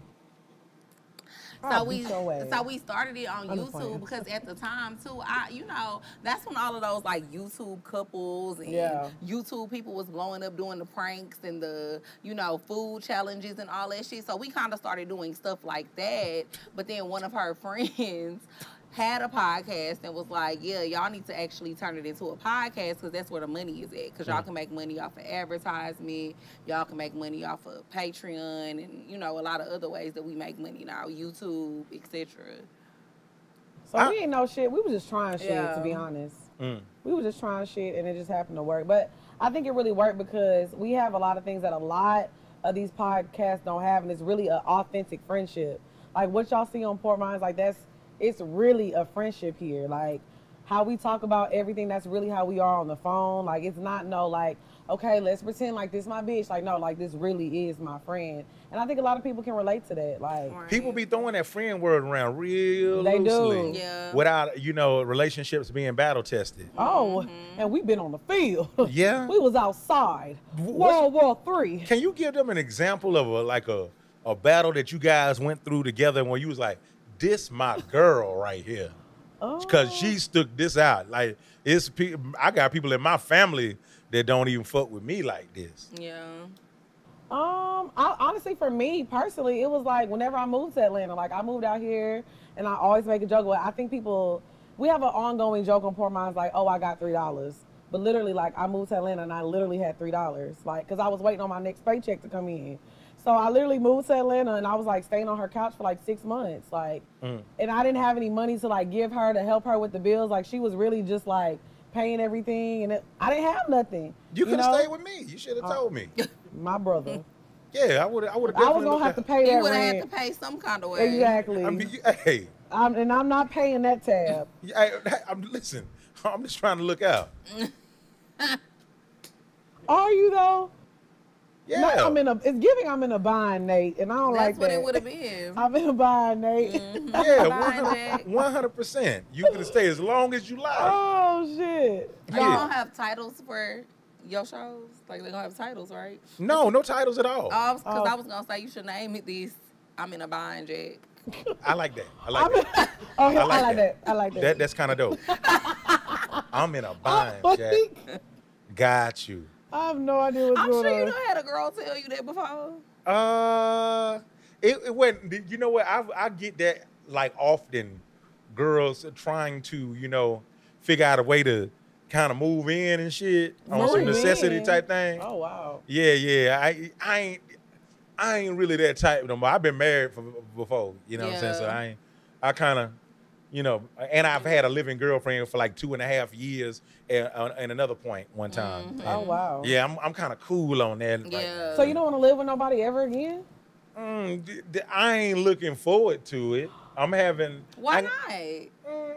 [SPEAKER 3] So
[SPEAKER 2] I'll
[SPEAKER 3] we
[SPEAKER 2] beat your ass.
[SPEAKER 3] so we started it on
[SPEAKER 2] I'm
[SPEAKER 3] YouTube
[SPEAKER 2] playing.
[SPEAKER 3] because at the time too, I you know that's when all of those like YouTube couples and
[SPEAKER 2] Yeah.
[SPEAKER 3] YouTube people was blowing up doing the pranks and the you know food challenges and all that shit. So we kind of started doing stuff like that. But then one of her friends had a podcast and was like, "Yeah, y'all need to actually turn it into a podcast because that's where the money is at. Because y'all can make money off of advertisement, y'all can make money off of Patreon, and you know a lot of other ways that we make money now, YouTube, etc."
[SPEAKER 2] So
[SPEAKER 1] I-
[SPEAKER 2] we ain't know shit. We was just trying shit, to be
[SPEAKER 3] Yeah.
[SPEAKER 2] honest.
[SPEAKER 1] Mm.
[SPEAKER 2] We were just trying shit, and it just happened to work. But I think it really worked because we have a lot of things that a lot of these podcasts don't have, and it's really an authentic friendship. Like what y'all see on Port Mines, like that's it's really a friendship here. Like how we talk about everything, that's really how we are on the phone. Like it's not no like okay, let's pretend like this my bitch. Like no, like this really is my friend, and I think a lot of people can relate to that. Like.
[SPEAKER 1] People be throwing that friend word around real
[SPEAKER 2] They do.
[SPEAKER 1] loosely
[SPEAKER 3] Yeah.
[SPEAKER 1] without you know relationships being battle tested.
[SPEAKER 2] Oh, and we've been on the field.
[SPEAKER 1] Yeah.
[SPEAKER 2] we was outside.
[SPEAKER 1] Wh-
[SPEAKER 2] World War Three.
[SPEAKER 1] Can you give them an example of a like a a battle that you guys went through together where you was like, this my girl right here. Cause
[SPEAKER 2] Oh.
[SPEAKER 1] she stuck this out. Like it's pe- I got people in my family that don't even fuck with me like this.
[SPEAKER 3] yeah.
[SPEAKER 2] Um, I, honestly, for me personally, it was like whenever I moved to Atlanta, like I moved out here, and I always make a joke. Well, I think people, we have an ongoing joke on Poor Minds, like, oh, I got three dollars, but literally, like, I moved to Atlanta and I literally had three dollars, like, cause I was waiting on my next paycheck to come in. So I literally moved to Atlanta and I was like staying on her couch for like six months, like, and I didn't have any money to like give her to help her with the bills. Like, she was really just like paying everything, and it, I didn't have nothing.
[SPEAKER 1] You could have
[SPEAKER 2] know?
[SPEAKER 1] stayed with me. You should have told me.
[SPEAKER 2] my brother.
[SPEAKER 1] Yeah, I would. I would.
[SPEAKER 2] I was gonna have to pay
[SPEAKER 3] You
[SPEAKER 2] that
[SPEAKER 3] would have
[SPEAKER 2] rent.
[SPEAKER 3] had to pay some kind of way.
[SPEAKER 2] Exactly.
[SPEAKER 1] I mean, you, hey,
[SPEAKER 2] I'm, and I'm not paying that tab.
[SPEAKER 1] you- I, I'm listen. I'm just trying to look out.
[SPEAKER 2] Are you though?
[SPEAKER 1] Yeah.
[SPEAKER 2] No, I'm in a. It's giving. I'm in a bind, Nate, and I don't like
[SPEAKER 3] That's what
[SPEAKER 2] that.
[SPEAKER 3] it Mm-hmm. would have been.
[SPEAKER 2] I'm in a bind, Nate.
[SPEAKER 1] yeah,
[SPEAKER 3] Bye, Jack.
[SPEAKER 1] 100 percent. You could stay as long as you like.
[SPEAKER 2] Oh shit!
[SPEAKER 3] Y'all
[SPEAKER 1] Yeah.
[SPEAKER 3] don't have titles for your shows? Like they don't have titles, right?
[SPEAKER 1] No, no titles at all.
[SPEAKER 3] Oh, because
[SPEAKER 2] Oh.
[SPEAKER 3] I was gonna say you should name it this. I'm in a bind, Jack.
[SPEAKER 1] I like that. I
[SPEAKER 2] I'm
[SPEAKER 1] like
[SPEAKER 2] in,
[SPEAKER 1] that.
[SPEAKER 2] oh, yeah,
[SPEAKER 1] I like that.
[SPEAKER 2] I like that.
[SPEAKER 1] That that's kind of dope. I'm in a
[SPEAKER 2] I
[SPEAKER 1] bind, Jack. Got you.
[SPEAKER 2] I have no idea what's
[SPEAKER 3] I'm
[SPEAKER 2] going
[SPEAKER 3] sure you
[SPEAKER 2] on.
[SPEAKER 3] done had a girl tell you that before.
[SPEAKER 1] Uh, it, it went. You know what? I I get that like often. Girls trying to you know figure out a way to kind of move in and shit on some
[SPEAKER 2] Move
[SPEAKER 1] necessity
[SPEAKER 2] in?
[SPEAKER 1] type thing.
[SPEAKER 2] Oh wow!
[SPEAKER 1] Yeah, yeah. I I ain't I ain't really that type no more. I've been married for, before, you know what I'm saying? So
[SPEAKER 3] Yeah.
[SPEAKER 1] I ain't I kind of you know, and I've had a living girlfriend for like two and a half years at, on- at another point one time.
[SPEAKER 2] Oh
[SPEAKER 1] And
[SPEAKER 2] wow!
[SPEAKER 1] Yeah, I'm I'm kind of cool on that. right
[SPEAKER 3] Mm-hmm. Yeah.
[SPEAKER 2] So you don't want to live with nobody ever again?
[SPEAKER 1] mm, d- d- I ain't looking forward to it. I'm having.
[SPEAKER 3] Why
[SPEAKER 1] I-
[SPEAKER 3] not?
[SPEAKER 1] Mm,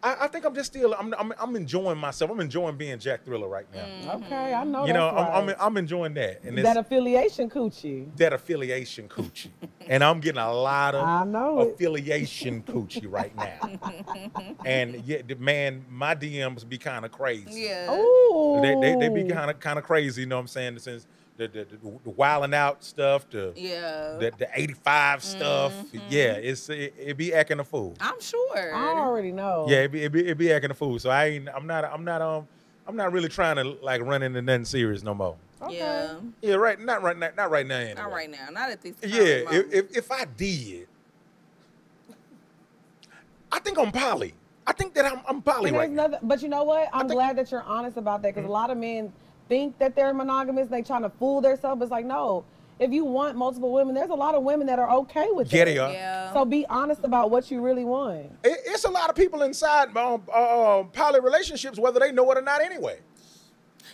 [SPEAKER 1] I, I think I'm just still. I'm, I'm. I'm enjoying myself. I'm enjoying being Jack Thriller right now.
[SPEAKER 3] Mm.
[SPEAKER 2] Okay,
[SPEAKER 3] Mm-hmm.
[SPEAKER 2] I know.
[SPEAKER 1] you know,
[SPEAKER 2] Oh, that's
[SPEAKER 1] I'm, I'm.
[SPEAKER 2] right.
[SPEAKER 1] I'm enjoying that, and
[SPEAKER 2] that
[SPEAKER 1] it's,
[SPEAKER 2] affiliation coochie.
[SPEAKER 1] that affiliation coochie, and I'm getting a lot of
[SPEAKER 2] I know it.
[SPEAKER 1] affiliation coochie right now. and yet, the- man, my DMs be kind of crazy.
[SPEAKER 3] Yeah.
[SPEAKER 2] Oh. Ooh.
[SPEAKER 1] They, they, they be kind of kind of crazy. You know what I'm saying? Since the the, the, the wilding out stuff, the
[SPEAKER 3] Yeah.
[SPEAKER 1] the, the 85 stuff. Yeah, it's it, it be acting a fool.
[SPEAKER 3] I'm sure.
[SPEAKER 2] I already know.
[SPEAKER 1] Yeah, it be, it be it be acting a fool. So I ain't I'm not I'm not um I'm not really trying to like run into nothing serious no more.
[SPEAKER 2] Okay.
[SPEAKER 3] Yeah.
[SPEAKER 1] Yeah, right. Not right. Not, not right now. Anyway.
[SPEAKER 3] Not right now. Not at this time.
[SPEAKER 1] Yeah. If, if if I did, I think I'm poly. I think that I'm I'm poly
[SPEAKER 2] And
[SPEAKER 1] right
[SPEAKER 2] there's
[SPEAKER 1] now.
[SPEAKER 2] nothing, but you know what? I'm
[SPEAKER 1] think- Mm-hmm.
[SPEAKER 2] glad that you're honest about that because a lot of men think that they're monogamous. They trying to fool themselves. It's like no. If you want multiple women, there's a lot of women that are okay with
[SPEAKER 1] Yeah,
[SPEAKER 2] that.
[SPEAKER 1] they are.
[SPEAKER 3] yeah.
[SPEAKER 2] So be honest about what you really want.
[SPEAKER 1] It- it's a lot of people inside um, uh, poly relationships, whether they know it or not. Anyway.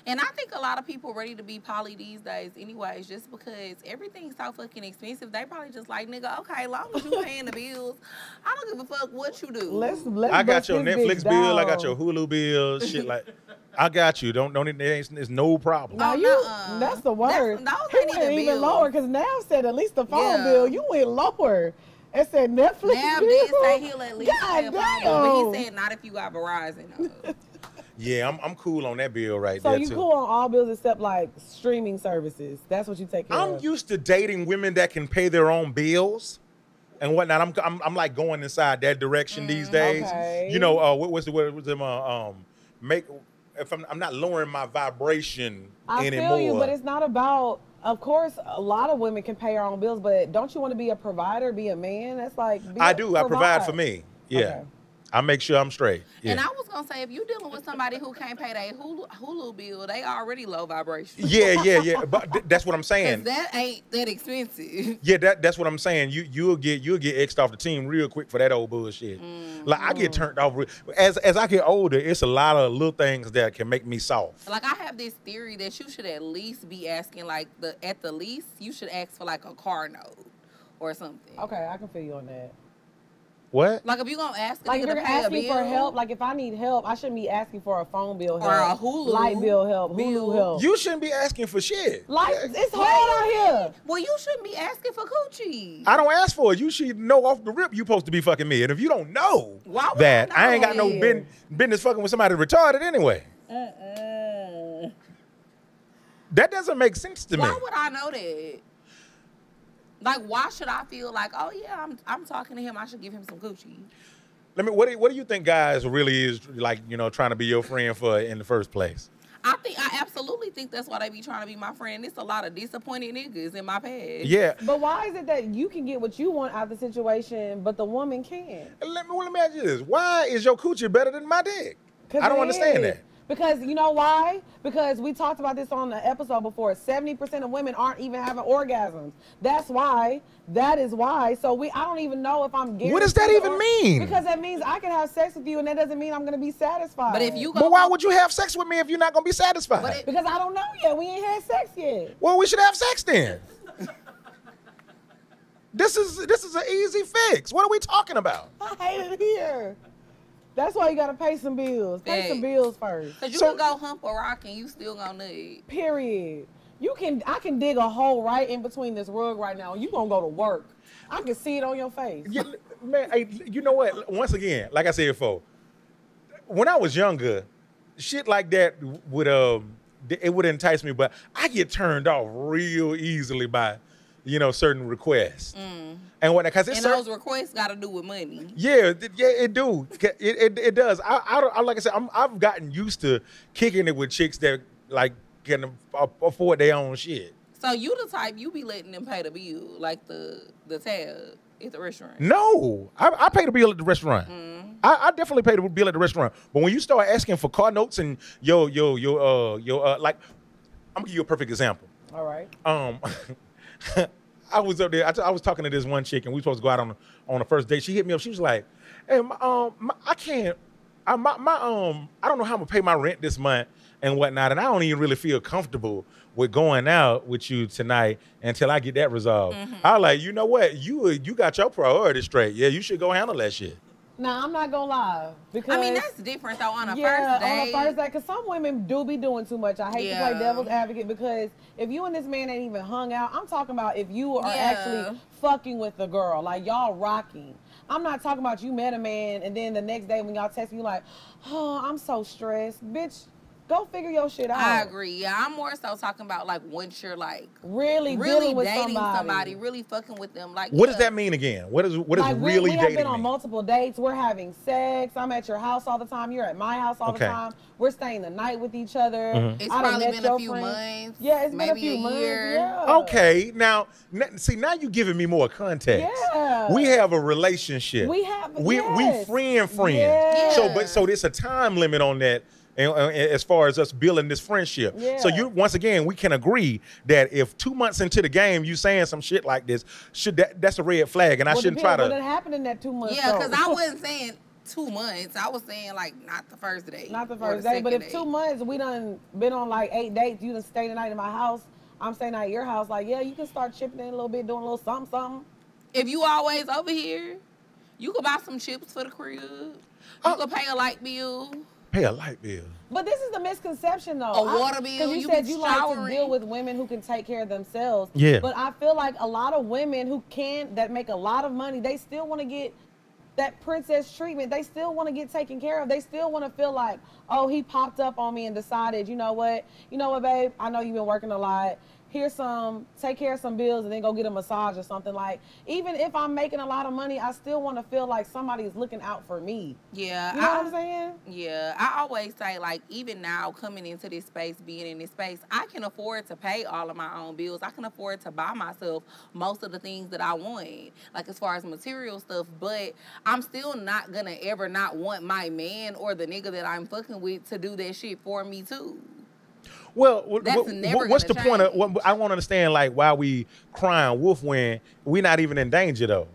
[SPEAKER 3] and I think a lot of people ready to be poly these days, anyways, just because everything's so fucking expensive. They probably just like, nigga, okay, long as you paying the bills, I don't give a fuck what you do.
[SPEAKER 2] Let's let's.
[SPEAKER 1] I got
[SPEAKER 2] bust
[SPEAKER 1] your
[SPEAKER 2] this
[SPEAKER 1] Netflix
[SPEAKER 2] bitch
[SPEAKER 1] bill. I got
[SPEAKER 2] down.
[SPEAKER 1] your Hulu bill. Shit like, I got you. Don't don't. It ain't, it's no problem.
[SPEAKER 2] Now
[SPEAKER 3] Oh,
[SPEAKER 2] you,
[SPEAKER 3] nuh-uh.
[SPEAKER 2] that's the
[SPEAKER 3] That's-
[SPEAKER 2] word.
[SPEAKER 3] those
[SPEAKER 2] he
[SPEAKER 3] ain't
[SPEAKER 2] went
[SPEAKER 3] even
[SPEAKER 2] even
[SPEAKER 3] bills.
[SPEAKER 2] lower because Nav said at least the phone
[SPEAKER 3] Yeah.
[SPEAKER 2] bill. You went lower. It said Netflix.
[SPEAKER 3] Nav
[SPEAKER 2] bill.
[SPEAKER 3] did say he'll at least pay a
[SPEAKER 2] God
[SPEAKER 3] phone bill, but
[SPEAKER 2] damn.
[SPEAKER 3] he said not if you got Verizon. though.
[SPEAKER 1] Yeah, I'm I'm cool on that bill right
[SPEAKER 2] So
[SPEAKER 1] there
[SPEAKER 2] you
[SPEAKER 1] too.
[SPEAKER 2] cool on all bills except like streaming services. That's what you take care
[SPEAKER 1] I'm
[SPEAKER 2] of.
[SPEAKER 1] used to dating women that can pay their own bills and whatnot. I'm I'm, I'm like going inside that direction these days.
[SPEAKER 2] Mm, okay.
[SPEAKER 1] You know, uh, what was the what was them uh, um make if I'm I'm not lowering my vibration
[SPEAKER 2] I
[SPEAKER 1] anymore.
[SPEAKER 2] feel you, but it's not about. Of course, a lot of women can pay their own bills, but don't you want to be a provider, be a man? That's like be
[SPEAKER 1] I
[SPEAKER 2] a-
[SPEAKER 1] do. I provide for me. Yeah.
[SPEAKER 2] Okay.
[SPEAKER 1] I make sure I'm straight. Yeah.
[SPEAKER 3] And I was gonna say, if you dealing with somebody who can't pay their Hulu, Hulu bill, they already low vibration.
[SPEAKER 1] yeah, yeah, yeah. But th- that's what I'm saying.
[SPEAKER 3] 'Cause that ain't that expensive.
[SPEAKER 1] Yeah, that, that's what I'm saying. You you'll get you'll get xed off the team real quick for that old bullshit. Like I
[SPEAKER 2] Mm-hmm.
[SPEAKER 1] get turned off re- as as I get older. It's a lot of little things that can make me soft.
[SPEAKER 3] Like I have this theory that you should at least be asking, like the at the least you should ask for like a car note or something.
[SPEAKER 2] Okay, I can feel you on that.
[SPEAKER 1] What?
[SPEAKER 3] Like if you gonna ask, a
[SPEAKER 2] Like
[SPEAKER 3] nigga
[SPEAKER 2] if
[SPEAKER 3] to
[SPEAKER 2] you're
[SPEAKER 3] pay a
[SPEAKER 2] asking for
[SPEAKER 3] bill-
[SPEAKER 2] help, like if I need help, I shouldn't be asking for a phone bill help
[SPEAKER 3] Or a Hulu
[SPEAKER 2] light bill help,
[SPEAKER 3] bill.
[SPEAKER 2] Hulu help.
[SPEAKER 1] You shouldn't be asking for shit.
[SPEAKER 2] Life, it's hard out here.
[SPEAKER 3] well, you shouldn't be asking for coochie.
[SPEAKER 1] I don't ask for it. You should know off the rip you supposed to be fucking me. And if you don't know
[SPEAKER 3] Why would
[SPEAKER 1] that,
[SPEAKER 3] I
[SPEAKER 1] I, ain't got no
[SPEAKER 2] know?
[SPEAKER 1] ben, business fucking with somebody retarded anyway.
[SPEAKER 3] Mm-mm.
[SPEAKER 1] That doesn't make sense to me.
[SPEAKER 3] Why would I know that? Like, why should I feel like, oh yeah, I'm I'm talking to him. I should give him some coochie.
[SPEAKER 1] Let me. What do, what do you think guys really is like? You know, trying to be your friend for in the first place.
[SPEAKER 3] I think I absolutely think that's why they be trying to be my friend. It's a lot of disappointed niggas in my past.
[SPEAKER 1] Yeah.
[SPEAKER 2] But why is it that you can get what you want out of the situation, but the woman can't?
[SPEAKER 1] Let me, well, let me ask you this. Why is your coochie better than my dick?
[SPEAKER 2] 'Cause
[SPEAKER 1] I don't
[SPEAKER 2] it
[SPEAKER 1] understand
[SPEAKER 2] is.
[SPEAKER 1] that.
[SPEAKER 2] Because you know why? Because we talked about this on the episode before. Seventy percent of women aren't even having orgasms. That's why. That is why. So we. I don't even know if I'm.
[SPEAKER 1] What does that
[SPEAKER 2] guaranteed
[SPEAKER 1] even
[SPEAKER 2] or-
[SPEAKER 1] mean?
[SPEAKER 2] Because that means I can have sex with you, and that doesn't mean I'm gonna be satisfied.
[SPEAKER 3] But if you go,
[SPEAKER 1] But why would you have sex with me if you're not gonna be
[SPEAKER 3] But
[SPEAKER 1] satisfied?
[SPEAKER 3] it-
[SPEAKER 2] Because I don't know yet. We ain't had sex yet.
[SPEAKER 1] well, we should have sex then. this is this is an easy fix. What are we talking about?
[SPEAKER 2] I hate it here. That's why you gotta pay some bills. Pay some
[SPEAKER 3] Hey.
[SPEAKER 2] bills first.
[SPEAKER 3] Cause you
[SPEAKER 1] So-
[SPEAKER 3] can go hump a rock and you still gonna nut.
[SPEAKER 2] Period. You can I can dig a hole right in between this rug right now. and You gonna go to work. I can see it on your face.
[SPEAKER 1] You, man, hey, you know what? Once again, like I said before, when I was younger, shit like that would um it would entice me, but I get turned off real easily by, you know, certain requests and whatnot. Cause it's
[SPEAKER 3] Mm. And
[SPEAKER 1] cer-
[SPEAKER 3] those requests got to do with money.
[SPEAKER 1] Yeah, th- yeah, it do. Ca- It it, it does. I, I, don't- I like I said, I'm, I've gotten used to kicking it with chicks that like can a- afford their own shit.
[SPEAKER 3] So you the type you be letting them pay the bill, like the the tab at the restaurant.
[SPEAKER 1] No, I, I pay the bill at the restaurant. I, I definitely pay the bill at the restaurant. But when you start asking for car notes and yo yo yo uh yo uh like, I'm gonna give you a perfect example.
[SPEAKER 2] All right.
[SPEAKER 1] um I was up there. I, t- I was talking to this one chick, and we supposed to go out on on the first date. She hit me up. She was like, "Hey, my, um, my, I can't, I my, my um I don't know how I'm gonna pay my rent this month and whatnot, and I don't even really feel comfortable with going out with you tonight until I get that resolved.
[SPEAKER 2] Mm-hmm.
[SPEAKER 1] I was like, you know what, you you got your priorities straight. Yeah, you should go handle that shit.
[SPEAKER 2] Now I'm not gonna lie because
[SPEAKER 3] I mean, that's different though. On a
[SPEAKER 2] yeah,
[SPEAKER 3] first date,
[SPEAKER 2] on a first date, because some women do be doing too much. I hate to
[SPEAKER 3] Yeah.
[SPEAKER 2] play devil's advocate because if you and this man ain't even hung out, I'm talking about if you are
[SPEAKER 3] Yeah.
[SPEAKER 2] actually fucking with the girl, like y'all rocking. I'm not talking about you met a man and then the next day when y'all text me like, oh, I'm so stressed, bitch. Go figure your shit out.
[SPEAKER 3] I agree. Yeah, I'm more so talking about like once you're like
[SPEAKER 2] Really,
[SPEAKER 3] really
[SPEAKER 2] dealing with
[SPEAKER 3] dating somebody.
[SPEAKER 2] somebody.
[SPEAKER 3] really fucking with them. Like,
[SPEAKER 1] What does
[SPEAKER 3] yeah.
[SPEAKER 1] that mean again? What is what is
[SPEAKER 2] Like, we-
[SPEAKER 1] really
[SPEAKER 2] we, have
[SPEAKER 1] dating?
[SPEAKER 2] been on
[SPEAKER 1] mean?
[SPEAKER 2] multiple dates. We're having sex. I'm at your house all the time. You're at my house all
[SPEAKER 1] Okay. Mm-hmm.
[SPEAKER 2] the time. We're staying the night with each other.
[SPEAKER 3] It's
[SPEAKER 2] I done
[SPEAKER 3] probably
[SPEAKER 2] met
[SPEAKER 3] been a
[SPEAKER 2] your
[SPEAKER 3] few
[SPEAKER 2] friends.
[SPEAKER 3] months.
[SPEAKER 2] Yeah, it's
[SPEAKER 3] maybe
[SPEAKER 2] been a few months.
[SPEAKER 3] year.
[SPEAKER 2] Yeah.
[SPEAKER 1] Okay, now n- see now you're giving me more context.
[SPEAKER 2] Yeah.
[SPEAKER 1] We have a relationship.
[SPEAKER 2] We have-
[SPEAKER 1] we
[SPEAKER 2] yes.
[SPEAKER 1] we friend friends.
[SPEAKER 2] Yes.
[SPEAKER 1] So but so there's a time limit on that. And, uh, as far as us building this friendship, so
[SPEAKER 2] Yeah.
[SPEAKER 1] you once again we can agree that if two months into the game you saying some shit like this, should that that's a red flag, and I
[SPEAKER 2] Well,
[SPEAKER 1] shouldn't
[SPEAKER 2] depends
[SPEAKER 1] try to.
[SPEAKER 2] What done happened in that two months?
[SPEAKER 3] Yeah, because I
[SPEAKER 2] was
[SPEAKER 3] wasn't saying two months. I was saying like not the first date.
[SPEAKER 2] not the
[SPEAKER 3] or
[SPEAKER 2] first day, but
[SPEAKER 3] second
[SPEAKER 2] if two months we done been on like eight dates, you done stayed the night in my house. I'm staying at your house. Like, yeah, you can start chipping in a little bit, doing a little something, something.
[SPEAKER 3] If you always over here, you could buy some chips for the crib. You
[SPEAKER 1] Uh,
[SPEAKER 3] could pay a light bill.
[SPEAKER 1] Pay a light bill.
[SPEAKER 2] But this is the misconception, though.
[SPEAKER 3] A water bill,
[SPEAKER 2] Because you,
[SPEAKER 3] you
[SPEAKER 2] said
[SPEAKER 3] be
[SPEAKER 2] you like to
[SPEAKER 3] showering.
[SPEAKER 2] deal with women who can take care of themselves.
[SPEAKER 1] Yeah.
[SPEAKER 2] But I feel like a lot of women who can that make a lot of money, they still want to get that princess treatment. They still want to get taken care of. They still want to feel like, oh, he popped up on me and decided, you know what, you know what, babe, I know you've been working a lot. Here's some, take care of some bills and then go get a massage or something. Like, even if I'm making a lot of money, I still want to feel like somebody is looking out for me.
[SPEAKER 3] Yeah.
[SPEAKER 2] You know
[SPEAKER 3] I-
[SPEAKER 2] what I'm saying?
[SPEAKER 3] Yeah, I always say like even now coming into this space, being in this space, I can afford to pay all of my own bills. I can afford to buy myself most of the things that I want, like as far as material stuff. But I'm still not gonna ever not want my man or the nigga that I'm fucking with to do that shit for me too.
[SPEAKER 1] Well, wh-
[SPEAKER 3] That's
[SPEAKER 1] wh-
[SPEAKER 3] never
[SPEAKER 1] wh- what's the
[SPEAKER 3] gonna
[SPEAKER 1] point of?
[SPEAKER 3] change.
[SPEAKER 1] What, I don't understand like why we crying wolf when we're not even in danger though.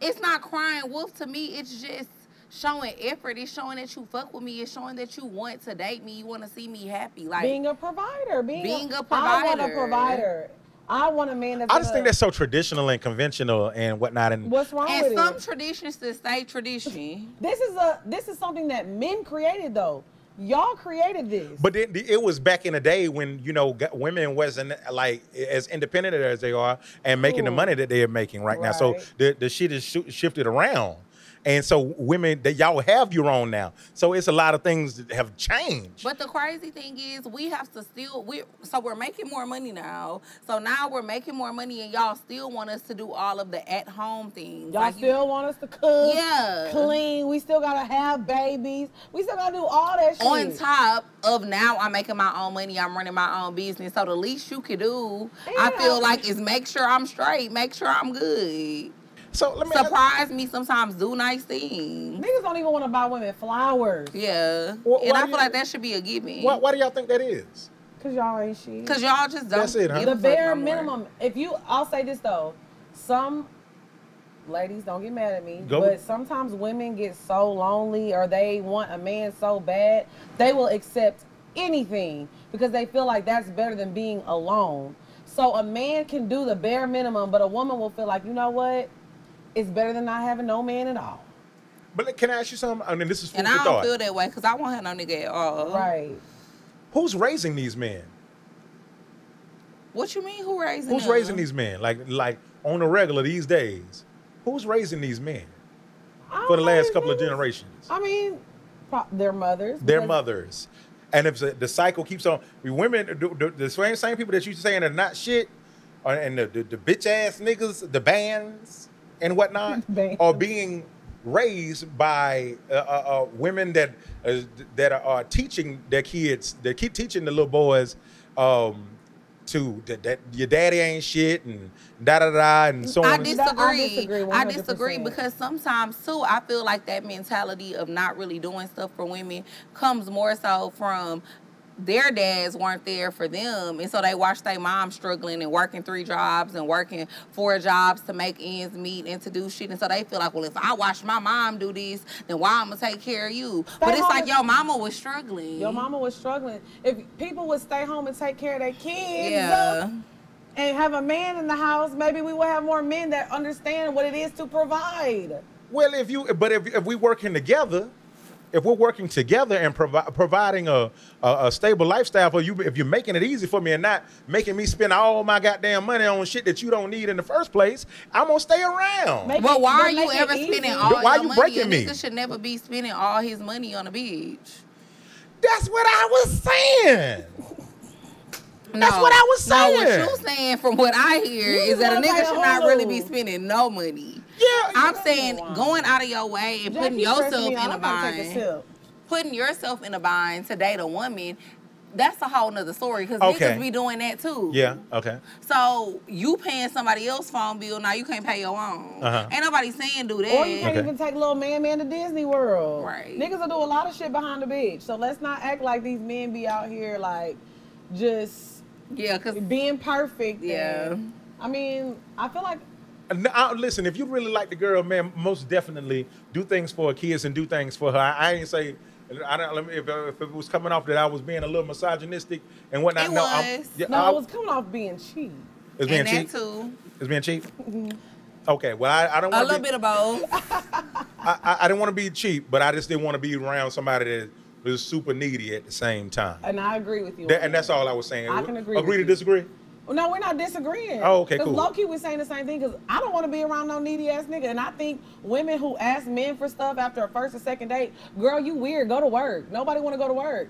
[SPEAKER 3] It's not crying wolf to me. It's just showing effort. It's showing that you fuck with me. It's showing that you want to date me. You want to see me happy. Like
[SPEAKER 2] being a provider. Being,
[SPEAKER 3] Being a
[SPEAKER 2] I want a
[SPEAKER 3] provider.
[SPEAKER 2] provider. I want a man that's.
[SPEAKER 1] I just
[SPEAKER 2] gonna-
[SPEAKER 1] think that's so traditional and conventional and whatnot. And
[SPEAKER 2] what's wrong with
[SPEAKER 3] and
[SPEAKER 2] it.
[SPEAKER 3] some traditions to stay tradition.
[SPEAKER 2] this is a this is something that men created though. Y'all created this.
[SPEAKER 1] But it, it was back in the day when you know g- women wasn't like as independent as they are and making the
[SPEAKER 2] Cool.
[SPEAKER 1] money that they are making right, now. So
[SPEAKER 2] Right.
[SPEAKER 1] the the shit is shoo- shifted around, and so women that y'all have your own now. So it's a lot of things that have changed.
[SPEAKER 3] But the crazy thing is, we have to still we so we're making more money now. So now we're making more money, and y'all still want us to do all of the at home things.
[SPEAKER 2] Y'all
[SPEAKER 3] Like, you-
[SPEAKER 2] still want us to cook,
[SPEAKER 3] Yeah.
[SPEAKER 2] clean. We still gotta have babies. We still gotta do all that shit.
[SPEAKER 3] on top of now, I'm making my own money. I'm running my own business. So the least you can do, I
[SPEAKER 2] Yeah.
[SPEAKER 3] feel like, is make sure I'm straight, make sure I'm good.
[SPEAKER 1] so let me
[SPEAKER 3] Surprise me sometimes. Do nice things.
[SPEAKER 2] Niggas don't even want to buy women flowers
[SPEAKER 3] Yeah,
[SPEAKER 1] Wh-
[SPEAKER 3] and
[SPEAKER 1] why
[SPEAKER 3] I
[SPEAKER 1] do
[SPEAKER 3] feel
[SPEAKER 1] you-
[SPEAKER 3] like that should be a given.
[SPEAKER 1] why, why do y'all think that is?
[SPEAKER 2] because y'all ain't shit.
[SPEAKER 3] Cause y'all just don't.
[SPEAKER 1] That's it, huh?
[SPEAKER 3] give
[SPEAKER 2] the
[SPEAKER 3] a fuck
[SPEAKER 2] bare
[SPEAKER 3] no more.
[SPEAKER 2] minimum. If you, I'll say this though, some ladies don't get mad at me,
[SPEAKER 1] Go.
[SPEAKER 2] but sometimes women get so lonely or they want a man so bad they will accept anything because they feel like that's better than being alone. So a man can do the bare minimum, but a woman will feel like you know what, it's better than not having no man at all.
[SPEAKER 1] But can I ask you something? I mean, this is food
[SPEAKER 3] And
[SPEAKER 1] for
[SPEAKER 3] I don't
[SPEAKER 1] thought.
[SPEAKER 3] feel that way because I won't have no nigga at all.
[SPEAKER 2] Right.
[SPEAKER 1] Who's raising these men?
[SPEAKER 3] What you mean? Who raising?
[SPEAKER 1] Who's
[SPEAKER 3] them?
[SPEAKER 1] raising these men? Like like on the regular these days, who's raising these men
[SPEAKER 2] I
[SPEAKER 1] for the
[SPEAKER 2] don't
[SPEAKER 1] last
[SPEAKER 2] know,
[SPEAKER 1] couple of
[SPEAKER 2] niggas-
[SPEAKER 1] generations?
[SPEAKER 2] I mean, pro- their mothers.
[SPEAKER 1] their
[SPEAKER 2] because-
[SPEAKER 1] mothers. And if the, the cycle keeps on, we women, do- do- the same same people that you saying are not shit, or, and the, the, the bitch ass niggas, the bands and whatnot,
[SPEAKER 2] Bands.
[SPEAKER 1] are being raised by uh, uh, uh, women that uh, that are, are teaching their kids, they keep teaching the little boys um, to that, that your daddy ain't shit and da da da and so on.
[SPEAKER 3] I
[SPEAKER 1] and-
[SPEAKER 3] disagree.
[SPEAKER 2] That- I
[SPEAKER 3] I
[SPEAKER 2] disagree
[SPEAKER 3] disagree,
[SPEAKER 2] 100%.
[SPEAKER 3] because sometimes too, I feel like that mentality of not really doing stuff for women comes more so from their dads weren't there for them, and so they watched their mom struggling and working three jobs and working four jobs to make ends meet and to do shit, and so they feel like, well, if I watch my mom do this, then why I'm gonna take care of you? But it's
[SPEAKER 2] home
[SPEAKER 3] like
[SPEAKER 2] and-
[SPEAKER 3] your mama was struggling.
[SPEAKER 2] Your mama was struggling. If people would stay home and take care of their kids uh,
[SPEAKER 3] Yeah.
[SPEAKER 2] and have a man in the house, maybe we would have more men that understand what it is to provide.
[SPEAKER 1] Well, if you, but if, if we working together, if we're working together and provi- providing a, a a stable lifestyle for you, if you're making it easy for me and not making me spend all my goddamn money on shit that you don't need in the first place, I'm gonna stay around.
[SPEAKER 2] Make
[SPEAKER 3] But
[SPEAKER 2] it-
[SPEAKER 3] why
[SPEAKER 2] but
[SPEAKER 3] are you
[SPEAKER 2] make it
[SPEAKER 3] ever
[SPEAKER 2] easy.
[SPEAKER 3] spending all
[SPEAKER 1] Why
[SPEAKER 3] your
[SPEAKER 1] you
[SPEAKER 3] money?
[SPEAKER 1] breaking
[SPEAKER 3] a
[SPEAKER 1] me?
[SPEAKER 3] nigga should never be spending all his money on a bitch.
[SPEAKER 1] That's what I was saying.
[SPEAKER 3] No,
[SPEAKER 1] That's what I was saying.
[SPEAKER 3] No, what you saying from what I hear
[SPEAKER 2] You
[SPEAKER 3] is that a
[SPEAKER 2] look like
[SPEAKER 3] nigga
[SPEAKER 2] a
[SPEAKER 3] should not really be
[SPEAKER 2] hoe.
[SPEAKER 3] spending no money.
[SPEAKER 1] Yeah,
[SPEAKER 3] I'm
[SPEAKER 1] yeah.
[SPEAKER 3] saying
[SPEAKER 2] why.
[SPEAKER 3] going out of your way and putting
[SPEAKER 2] Jackie stressing
[SPEAKER 3] yourself
[SPEAKER 2] me out.
[SPEAKER 3] in a
[SPEAKER 2] I'm gonna take
[SPEAKER 3] bind.
[SPEAKER 2] sip.
[SPEAKER 3] Putting yourself in a bind to date a woman, that's a whole nother story because
[SPEAKER 1] Okay.
[SPEAKER 3] niggas be doing that too.
[SPEAKER 1] Yeah. Okay.
[SPEAKER 3] So you paying somebody else's phone bill now you can't pay your own.
[SPEAKER 1] Uh-huh.
[SPEAKER 3] Ain't nobody saying do that.
[SPEAKER 2] Or you can't
[SPEAKER 1] Okay.
[SPEAKER 2] even take little man man to Disney World.
[SPEAKER 3] Right.
[SPEAKER 2] Niggas will do a lot of shit behind the bitch. So let's not act like these men be out here like just
[SPEAKER 3] Yeah, because
[SPEAKER 2] being perfect.
[SPEAKER 3] Yeah.
[SPEAKER 2] and- I mean, I feel like
[SPEAKER 1] And I- listen, if you really like the girl, man, most definitely do things for her kids and do things for her. I, I ain't say. I don't. Let me, if, if it was coming off that I was being a little misogynistic and whatnot,
[SPEAKER 3] It
[SPEAKER 1] no, I'm,
[SPEAKER 3] was.
[SPEAKER 1] yeah,
[SPEAKER 2] no,
[SPEAKER 1] I-
[SPEAKER 2] it was coming off being cheap.
[SPEAKER 1] it's being
[SPEAKER 3] and that
[SPEAKER 1] cheap.
[SPEAKER 3] too.
[SPEAKER 1] It's being cheap.
[SPEAKER 2] Mm-hmm.
[SPEAKER 1] Okay, well, I, I don't
[SPEAKER 3] A
[SPEAKER 1] want
[SPEAKER 3] little
[SPEAKER 1] to
[SPEAKER 3] bit
[SPEAKER 1] be,
[SPEAKER 3] of both.
[SPEAKER 1] I, I, I didn't want to be cheap, but I just didn't want to be around somebody that was super needy at the same time.
[SPEAKER 2] And I agree with you.
[SPEAKER 1] That-
[SPEAKER 2] on
[SPEAKER 1] and that's all I was saying.
[SPEAKER 2] I can agree
[SPEAKER 1] Agree
[SPEAKER 2] with
[SPEAKER 1] to
[SPEAKER 2] you.
[SPEAKER 1] disagree?
[SPEAKER 2] No, we're not disagreeing.
[SPEAKER 1] Oh, okay, cool.
[SPEAKER 2] Low key, we're saying the same thing because I don't want to be around no needy ass nigga. And I think women who ask men for stuff after a first or second date, girl, you weird. Go to work. Nobody want to go to work.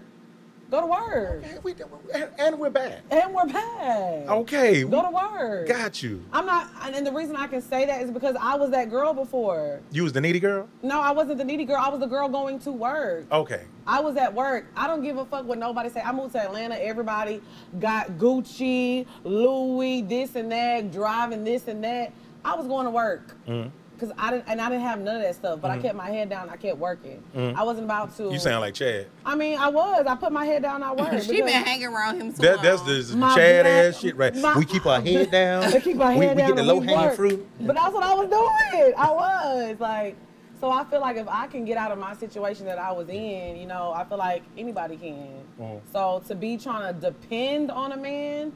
[SPEAKER 2] Go to work.
[SPEAKER 1] And, we, and- and we're back.
[SPEAKER 2] And we're back.
[SPEAKER 1] Okay.
[SPEAKER 2] Go to work.
[SPEAKER 1] Got you.
[SPEAKER 2] I'm not, and and the reason I can say that is because I was that girl before.
[SPEAKER 1] You was the needy girl?
[SPEAKER 2] No, I wasn't the needy girl. I was the girl going to work.
[SPEAKER 1] Okay.
[SPEAKER 2] I was at work. I don't give a fuck what nobody say. I moved to Atlanta. Everybody got Gucci, Louis, this and that, driving this and that. I was going to work
[SPEAKER 1] Mm.
[SPEAKER 2] because I didn't, and I didn't have none of that stuff. But I kept my head down. I kept working. I wasn't about to.
[SPEAKER 1] Mm. You sound like Chad.
[SPEAKER 2] I mean, I was. I put my head down. I worked.
[SPEAKER 3] she been
[SPEAKER 2] because-
[SPEAKER 3] hanging around him too
[SPEAKER 1] That, that's
[SPEAKER 3] long.
[SPEAKER 1] the
[SPEAKER 2] My
[SPEAKER 1] Chad
[SPEAKER 2] black-
[SPEAKER 1] ass shit, right?
[SPEAKER 2] my-
[SPEAKER 1] we keep our head down.
[SPEAKER 2] I keep my
[SPEAKER 1] Oh, we,
[SPEAKER 2] head
[SPEAKER 1] we
[SPEAKER 2] down.
[SPEAKER 1] get the
[SPEAKER 2] and
[SPEAKER 1] low hanging
[SPEAKER 2] work.
[SPEAKER 1] fruit.
[SPEAKER 2] But that's what I was doing. I was like, so I feel like if I can get out of my situation that I was in, you know, I feel like anybody can.
[SPEAKER 1] Mhm.
[SPEAKER 2] So to be trying to depend on a man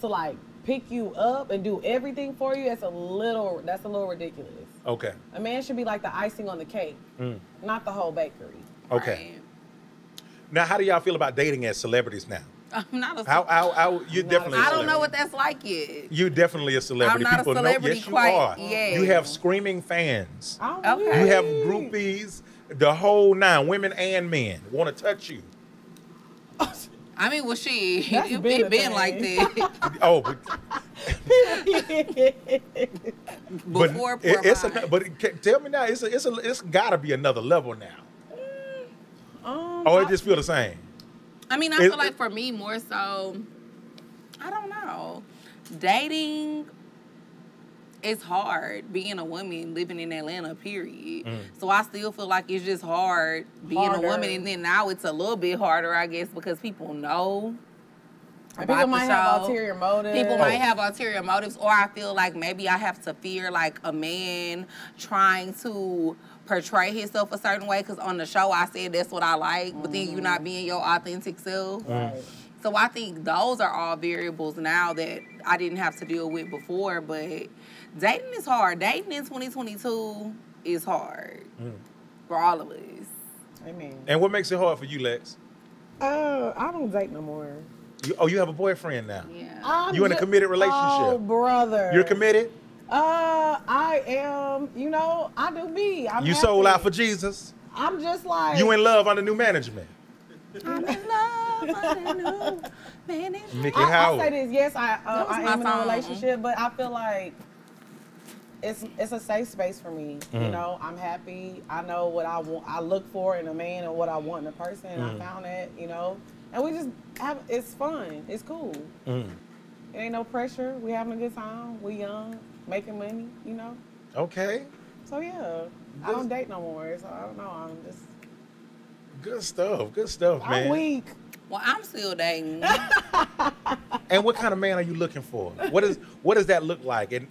[SPEAKER 2] to like pick you up and do everything for you, it's a little. That's a little ridiculous.
[SPEAKER 1] Okay.
[SPEAKER 2] A man should be like the icing on the cake,
[SPEAKER 1] Mm.
[SPEAKER 2] not the whole bakery.
[SPEAKER 1] Okay. Now, how do y'all feel about dating as celebrities now?
[SPEAKER 3] Right. I'm not a
[SPEAKER 1] How, how, how, you're
[SPEAKER 2] Not-
[SPEAKER 1] definitely a
[SPEAKER 3] I don't know
[SPEAKER 1] celebrity.
[SPEAKER 3] what that's like yet.
[SPEAKER 1] You're definitely a celebrity.
[SPEAKER 3] I'm not a
[SPEAKER 1] People know.
[SPEAKER 3] celebrity
[SPEAKER 1] Yes,
[SPEAKER 3] quite
[SPEAKER 1] you are.
[SPEAKER 3] yet. Oh,
[SPEAKER 1] You have screaming fans.
[SPEAKER 2] I don't
[SPEAKER 3] Okay.
[SPEAKER 1] You
[SPEAKER 2] believe
[SPEAKER 1] have
[SPEAKER 2] it.
[SPEAKER 1] groupies, the whole nine, women and men want to touch you.
[SPEAKER 3] I mean, well, she
[SPEAKER 2] That's been
[SPEAKER 3] it been,
[SPEAKER 2] a
[SPEAKER 3] it been like
[SPEAKER 2] thing.
[SPEAKER 3] that
[SPEAKER 1] Oh, but, but
[SPEAKER 3] before.
[SPEAKER 1] it- it's
[SPEAKER 3] Portland.
[SPEAKER 1] a, but it, ca- tell me now, it's a, it's a, it's gotta be another level now.
[SPEAKER 2] Um,
[SPEAKER 1] Or
[SPEAKER 2] I-
[SPEAKER 1] it just feel the same.
[SPEAKER 3] I mean, I
[SPEAKER 1] it-
[SPEAKER 3] feel like for me more so, I don't know. Dating it's hard being a woman living in Atlanta, period.
[SPEAKER 1] Mm.
[SPEAKER 3] So I still feel like it's just hard being
[SPEAKER 2] Harder.
[SPEAKER 3] a woman and then now it's a little bit harder, I guess, because people know. about
[SPEAKER 2] people
[SPEAKER 3] the
[SPEAKER 2] might have
[SPEAKER 3] show.
[SPEAKER 2] ulterior motives.
[SPEAKER 3] People
[SPEAKER 1] Oh.
[SPEAKER 3] might have ulterior motives, or I feel like maybe I have to fear like a man trying to portray himself a certain way. Because on the show, I said that's what I like, but then you're not being your authentic self.
[SPEAKER 2] Right.
[SPEAKER 3] So I think those are all variables now that I didn't have to deal with before. But dating is hard. Dating in 2022 is hard for all of us.
[SPEAKER 2] Amen.
[SPEAKER 1] And what makes it hard for you, Lex?
[SPEAKER 2] Uh, I don't date no more.
[SPEAKER 1] You, oh, you have a boyfriend now.
[SPEAKER 3] Yeah.
[SPEAKER 2] I'm
[SPEAKER 1] You in a
[SPEAKER 2] ju-
[SPEAKER 1] committed relationship.
[SPEAKER 2] Oh, brother.
[SPEAKER 1] You're committed.
[SPEAKER 2] Uh, I am. You know, I do me. I'm
[SPEAKER 1] you
[SPEAKER 2] happy.
[SPEAKER 1] sold out for Jesus.
[SPEAKER 2] I'm just like.
[SPEAKER 1] You in love under new management.
[SPEAKER 3] I'm in love. I don't know. Man,
[SPEAKER 1] Mickey
[SPEAKER 2] I, I'll
[SPEAKER 1] Howard.
[SPEAKER 2] say this. Yes, I. Uh,
[SPEAKER 3] That was
[SPEAKER 2] I
[SPEAKER 3] my
[SPEAKER 2] am in a
[SPEAKER 3] song.
[SPEAKER 2] relationship, but I feel like it's it's a safe space for me. You
[SPEAKER 1] Mm-hmm.
[SPEAKER 2] know, I'm happy. I know what I want. I look for in a man and what I want in a person. and
[SPEAKER 1] Mm.
[SPEAKER 2] I found that. You know, and we just have. It's fun. It's cool.
[SPEAKER 1] Mm.
[SPEAKER 2] It ain't no pressure. We having a good time. We young, making money. You know.
[SPEAKER 1] Okay.
[SPEAKER 2] So yeah, I don't date no more. So I don't know. I'm just
[SPEAKER 1] Good stuff. Good stuff,
[SPEAKER 2] I'm
[SPEAKER 1] man.
[SPEAKER 2] weak.
[SPEAKER 3] Well, I'm still dating.
[SPEAKER 1] And what kind of man are you looking for? What is what does that look like? And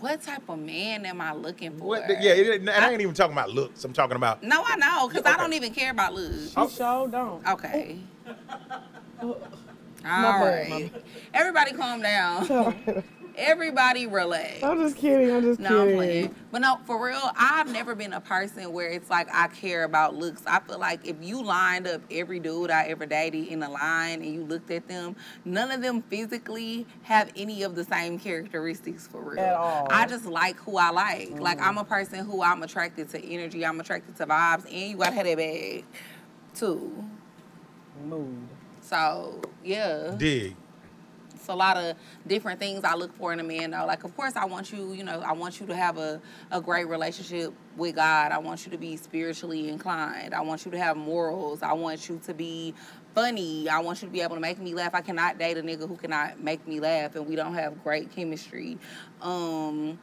[SPEAKER 3] what type of man am I looking for?
[SPEAKER 1] what? Yeah, it, and I ain't even talking about looks. I'm talking about
[SPEAKER 3] No, I know, because I
[SPEAKER 1] Okay.
[SPEAKER 3] don't even care about looks.
[SPEAKER 1] Oh.
[SPEAKER 2] You sure don't.
[SPEAKER 3] Okay. All
[SPEAKER 2] bad, my
[SPEAKER 3] right. Everybody calm down. Everybody relax.
[SPEAKER 2] I'm just kidding. I'm just
[SPEAKER 3] No, I'm
[SPEAKER 2] kidding.
[SPEAKER 3] playing. But no, for real, I've never been a person where it's like I care about looks. I feel like if you lined up every dude I ever dated in a line and you looked at them, none of them physically have any of the same characteristics for real.
[SPEAKER 2] At all. Mm.
[SPEAKER 3] I just like who I like. Like I'm a person who I'm attracted to energy, I'm attracted to vibes, and you gotta have that bag too.
[SPEAKER 2] Mood.
[SPEAKER 3] So yeah.
[SPEAKER 1] dig.
[SPEAKER 3] It's a lot of different things I look for in a man though. Like of course I want you, you know, I want you to have a, a great relationship with God. I want you to be spiritually inclined. I want you to have morals. I want you to be funny. I want you to be able to make me laugh. I cannot date a nigga who cannot make me laugh and we don't have great chemistry. Um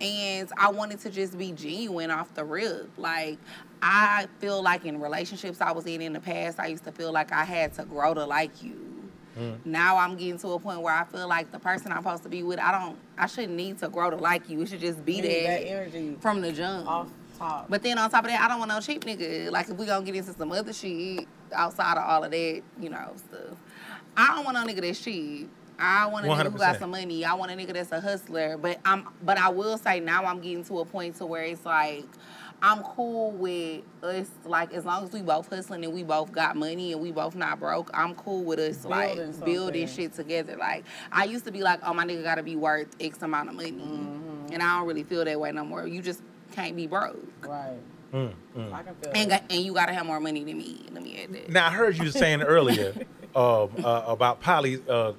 [SPEAKER 3] and I wanted to just be genuine off the rip. Like I feel like in relationships I was in in the past, I used to feel like I had to grow to like you. Now I'm getting to a point where I feel like the person I'm supposed to be with, I don't, I shouldn't need to grow to like you. It should just be
[SPEAKER 2] You need that
[SPEAKER 3] that
[SPEAKER 2] energy
[SPEAKER 3] from the jump.
[SPEAKER 2] off top.
[SPEAKER 3] But then on top of that, I don't want no cheap nigga. Like if we gonna get into some other shit outside of all of that, you know, stuff. I don't want no nigga that's cheap. I want a nigga who
[SPEAKER 1] 100%.
[SPEAKER 3] got some money. I want a nigga that's a hustler. But I'm but I will say now I'm getting to a point to where it's like I'm cool with us like as long as we both hustling and we both got money and we both not broke, I'm cool with us like
[SPEAKER 2] Building
[SPEAKER 3] building
[SPEAKER 2] something.
[SPEAKER 3] shit together. Like I used to be like, oh my nigga gotta be worth X amount of money.
[SPEAKER 2] Mm-hmm.
[SPEAKER 3] And I don't really feel that way no more. You just can't be broke
[SPEAKER 2] Right.
[SPEAKER 1] Mm, mm.
[SPEAKER 2] I can feel
[SPEAKER 3] and,
[SPEAKER 2] it.
[SPEAKER 3] got, and you gotta have more money than me. Let me add that.
[SPEAKER 1] Now I heard you saying earlier um, uh, about poly. Uh,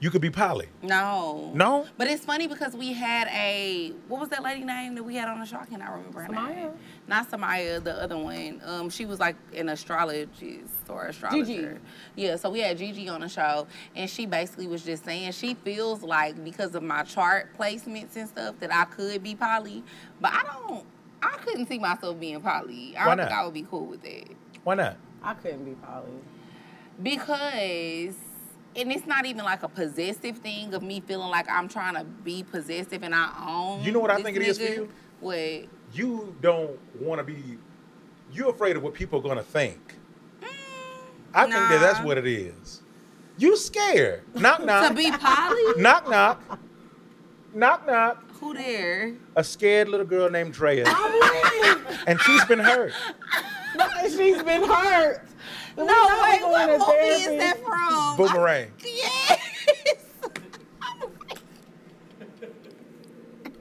[SPEAKER 1] you could be poly.
[SPEAKER 3] No.
[SPEAKER 1] No?
[SPEAKER 3] But it's funny because we had a what was that lady name that we had on the show? I cannot remember her name.
[SPEAKER 2] Samaya?
[SPEAKER 3] Not Samaya, the other one. Um, she was like an astrologist or astrologer. Yeah, so we had Gigi on the show, and she basically was just saying she feels like because of my chart placements and stuff that I could be poly, but I don't. I couldn't see myself being poly. I
[SPEAKER 1] Why
[SPEAKER 3] don't think
[SPEAKER 1] not?
[SPEAKER 3] I would be cool with that.
[SPEAKER 1] Why not?
[SPEAKER 2] I couldn't be poly.
[SPEAKER 3] because and it's not even like a possessive thing of me feeling like I'm trying to be possessive and I own.
[SPEAKER 1] You know what I
[SPEAKER 3] this
[SPEAKER 1] think it is for
[SPEAKER 3] nigga.
[SPEAKER 1] you?
[SPEAKER 3] What?
[SPEAKER 1] You don't want to be. You're afraid of what people are gonna think. I think that that's
[SPEAKER 3] mm, nah.
[SPEAKER 1] what it is. You scared. Knock knock.
[SPEAKER 3] To be poly?
[SPEAKER 1] knock knock. Knock knock.
[SPEAKER 3] Who there?
[SPEAKER 1] A scared little girl named Drea, and she's been hurt.
[SPEAKER 2] But she's been hurt.
[SPEAKER 3] No,
[SPEAKER 2] We
[SPEAKER 3] wait,
[SPEAKER 2] know we're going
[SPEAKER 3] what movie
[SPEAKER 2] to
[SPEAKER 3] is that
[SPEAKER 2] therapy.
[SPEAKER 3] from?
[SPEAKER 1] Boomerang.
[SPEAKER 3] I, yes.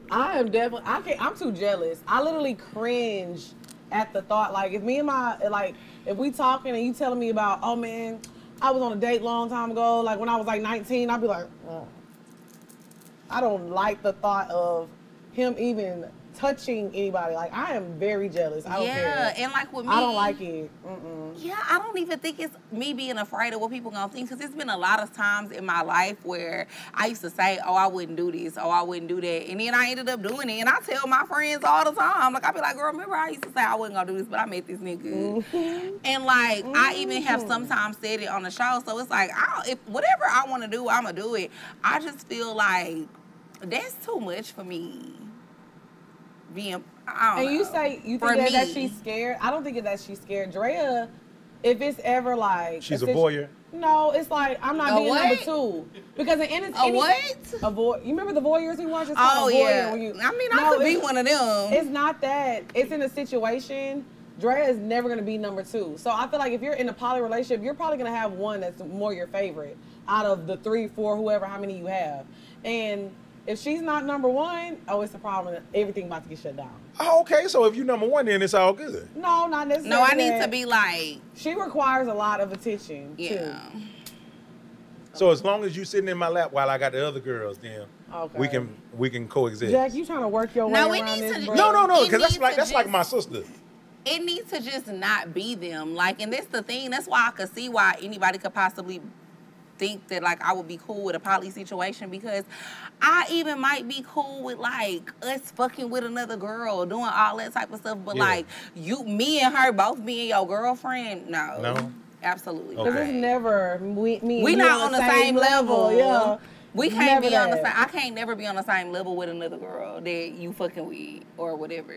[SPEAKER 2] I am definitely. I can I'm too jealous. I literally cringe at the thought. Like if me and my like if we talking and you telling me about oh man, I was on a date long time ago. Like when I was like 19, I'd be like, "Mm." I don't like the thought of him even touching anybody. Like I am very jealous. I don't care.
[SPEAKER 3] yeah, and like with me,
[SPEAKER 2] I don't like it. Mm-mm.
[SPEAKER 3] Yeah, I don't even think it's me being afraid of what people gonna think because it's been a lot of times in my life where I used to say, "Oh, I wouldn't do this," "Oh, I wouldn't do that," and then I ended up doing it. And I tell my friends all the time, like I be like, "Girl, remember I used to say I wasn't gonna do this, but I met this nigga,"
[SPEAKER 2] Mm-hmm.
[SPEAKER 3] and like I even have sometimes said it on the show. So it's like, I don't, if whatever I want to do, I'ma do it. I just feel like that's too much for me. Being, I don't
[SPEAKER 2] And you
[SPEAKER 3] know.
[SPEAKER 2] say you
[SPEAKER 3] For
[SPEAKER 2] think that, that
[SPEAKER 3] me.
[SPEAKER 2] she's scared. I don't think that she's scared. Drea, if it's ever like
[SPEAKER 1] She's a
[SPEAKER 2] situ-
[SPEAKER 1] voyeur?
[SPEAKER 2] No, it's like I'm not
[SPEAKER 3] A
[SPEAKER 2] being
[SPEAKER 3] what?
[SPEAKER 2] number two because in any,
[SPEAKER 3] A
[SPEAKER 2] any-
[SPEAKER 3] what?
[SPEAKER 2] A voy- You remember the voyeurs we watched? It's
[SPEAKER 3] Oh
[SPEAKER 2] called a voyeur
[SPEAKER 3] yeah,
[SPEAKER 2] when you-
[SPEAKER 3] I mean I
[SPEAKER 2] No,
[SPEAKER 3] could be
[SPEAKER 2] it's-
[SPEAKER 3] one of them.
[SPEAKER 2] It's not that. It's in a situation. Drea is never gonna be number two. So I feel like if you're in a poly relationship, you're probably gonna have one that's more your favorite out of the three, four, whoever, how many you have. And if she's not number one, oh, it's a problem. Everything about to get shut down.
[SPEAKER 1] Oh, okay, so if you number one, then it's all good.
[SPEAKER 2] No, not necessarily.
[SPEAKER 3] No, I need
[SPEAKER 2] that.
[SPEAKER 3] to be like,
[SPEAKER 2] She requires a lot of attention.
[SPEAKER 3] yeah.
[SPEAKER 2] Too.
[SPEAKER 1] So as long as you sitting in my lap while I got the other girls, then we
[SPEAKER 2] Okay.
[SPEAKER 1] can we can coexist.
[SPEAKER 2] Jack, you trying to work your way
[SPEAKER 3] No, we
[SPEAKER 2] around
[SPEAKER 3] need
[SPEAKER 2] this?
[SPEAKER 3] to-
[SPEAKER 2] bro.
[SPEAKER 1] no, no, no,
[SPEAKER 3] It
[SPEAKER 1] because that's
[SPEAKER 3] needs
[SPEAKER 1] like
[SPEAKER 3] to
[SPEAKER 1] that's like
[SPEAKER 3] just-
[SPEAKER 1] my sister.
[SPEAKER 3] It needs to just not be them. Like, and that's the thing. That's why I could see why anybody could possibly think that like I would be cool with a poly situation because I even might be cool with like us fucking with another girl, doing all that type of stuff. But
[SPEAKER 1] Yeah.
[SPEAKER 3] like you, me and her both being your girlfriend, no.
[SPEAKER 1] No.
[SPEAKER 3] Absolutely.
[SPEAKER 1] Okay.
[SPEAKER 2] Cause
[SPEAKER 3] not.
[SPEAKER 2] it's never we, me. and
[SPEAKER 3] We
[SPEAKER 2] you
[SPEAKER 3] not on the same level.
[SPEAKER 2] Yeah.
[SPEAKER 3] We can't
[SPEAKER 2] Never
[SPEAKER 3] be on the same.
[SPEAKER 2] that.
[SPEAKER 3] I can't never be on the same level with another girl that you fucking with or whatever.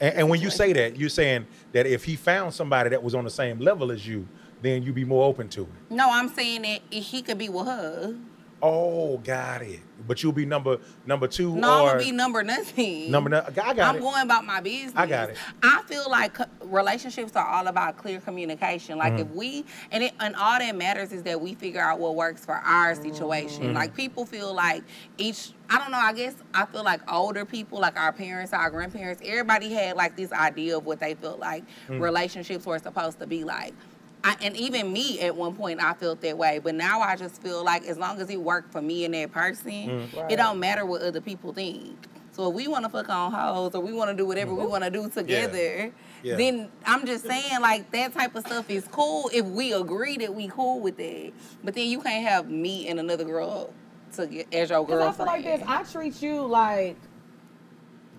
[SPEAKER 1] And, and when you say that, you're saying that if he found somebody that was on the same level as you, then you'd be more open to it.
[SPEAKER 3] No, I'm saying that if he could be with her.
[SPEAKER 1] Oh, got it. But you'll be number number two
[SPEAKER 3] No, I'm
[SPEAKER 1] or
[SPEAKER 3] gonna be number nothing.
[SPEAKER 1] number. no- I got
[SPEAKER 3] I'm
[SPEAKER 1] it.
[SPEAKER 3] going about my business.
[SPEAKER 1] I got it.
[SPEAKER 3] I feel like co- relationships are all about clear communication. Like if we and it, and all that matters is that we figure out what works for our situation. Like people feel like each I don't know, I guess I feel like older people, like our parents, our grandparents, everybody had like this idea of what they felt like relationships were supposed to be like. I, and even me at one point I felt that way, but now I just feel like as long as it worked for me and that person,
[SPEAKER 2] Right.
[SPEAKER 3] it don't matter what other people think. So if we want to fuck on hoes or we want to do whatever we want to do together,
[SPEAKER 1] Yeah.
[SPEAKER 3] then I'm just saying like that type of stuff is cool if we agree that we cool with it. But then you can't have me and another girl to get as your
[SPEAKER 2] Because I
[SPEAKER 3] girlfriend.
[SPEAKER 2] feel like this. I treat you like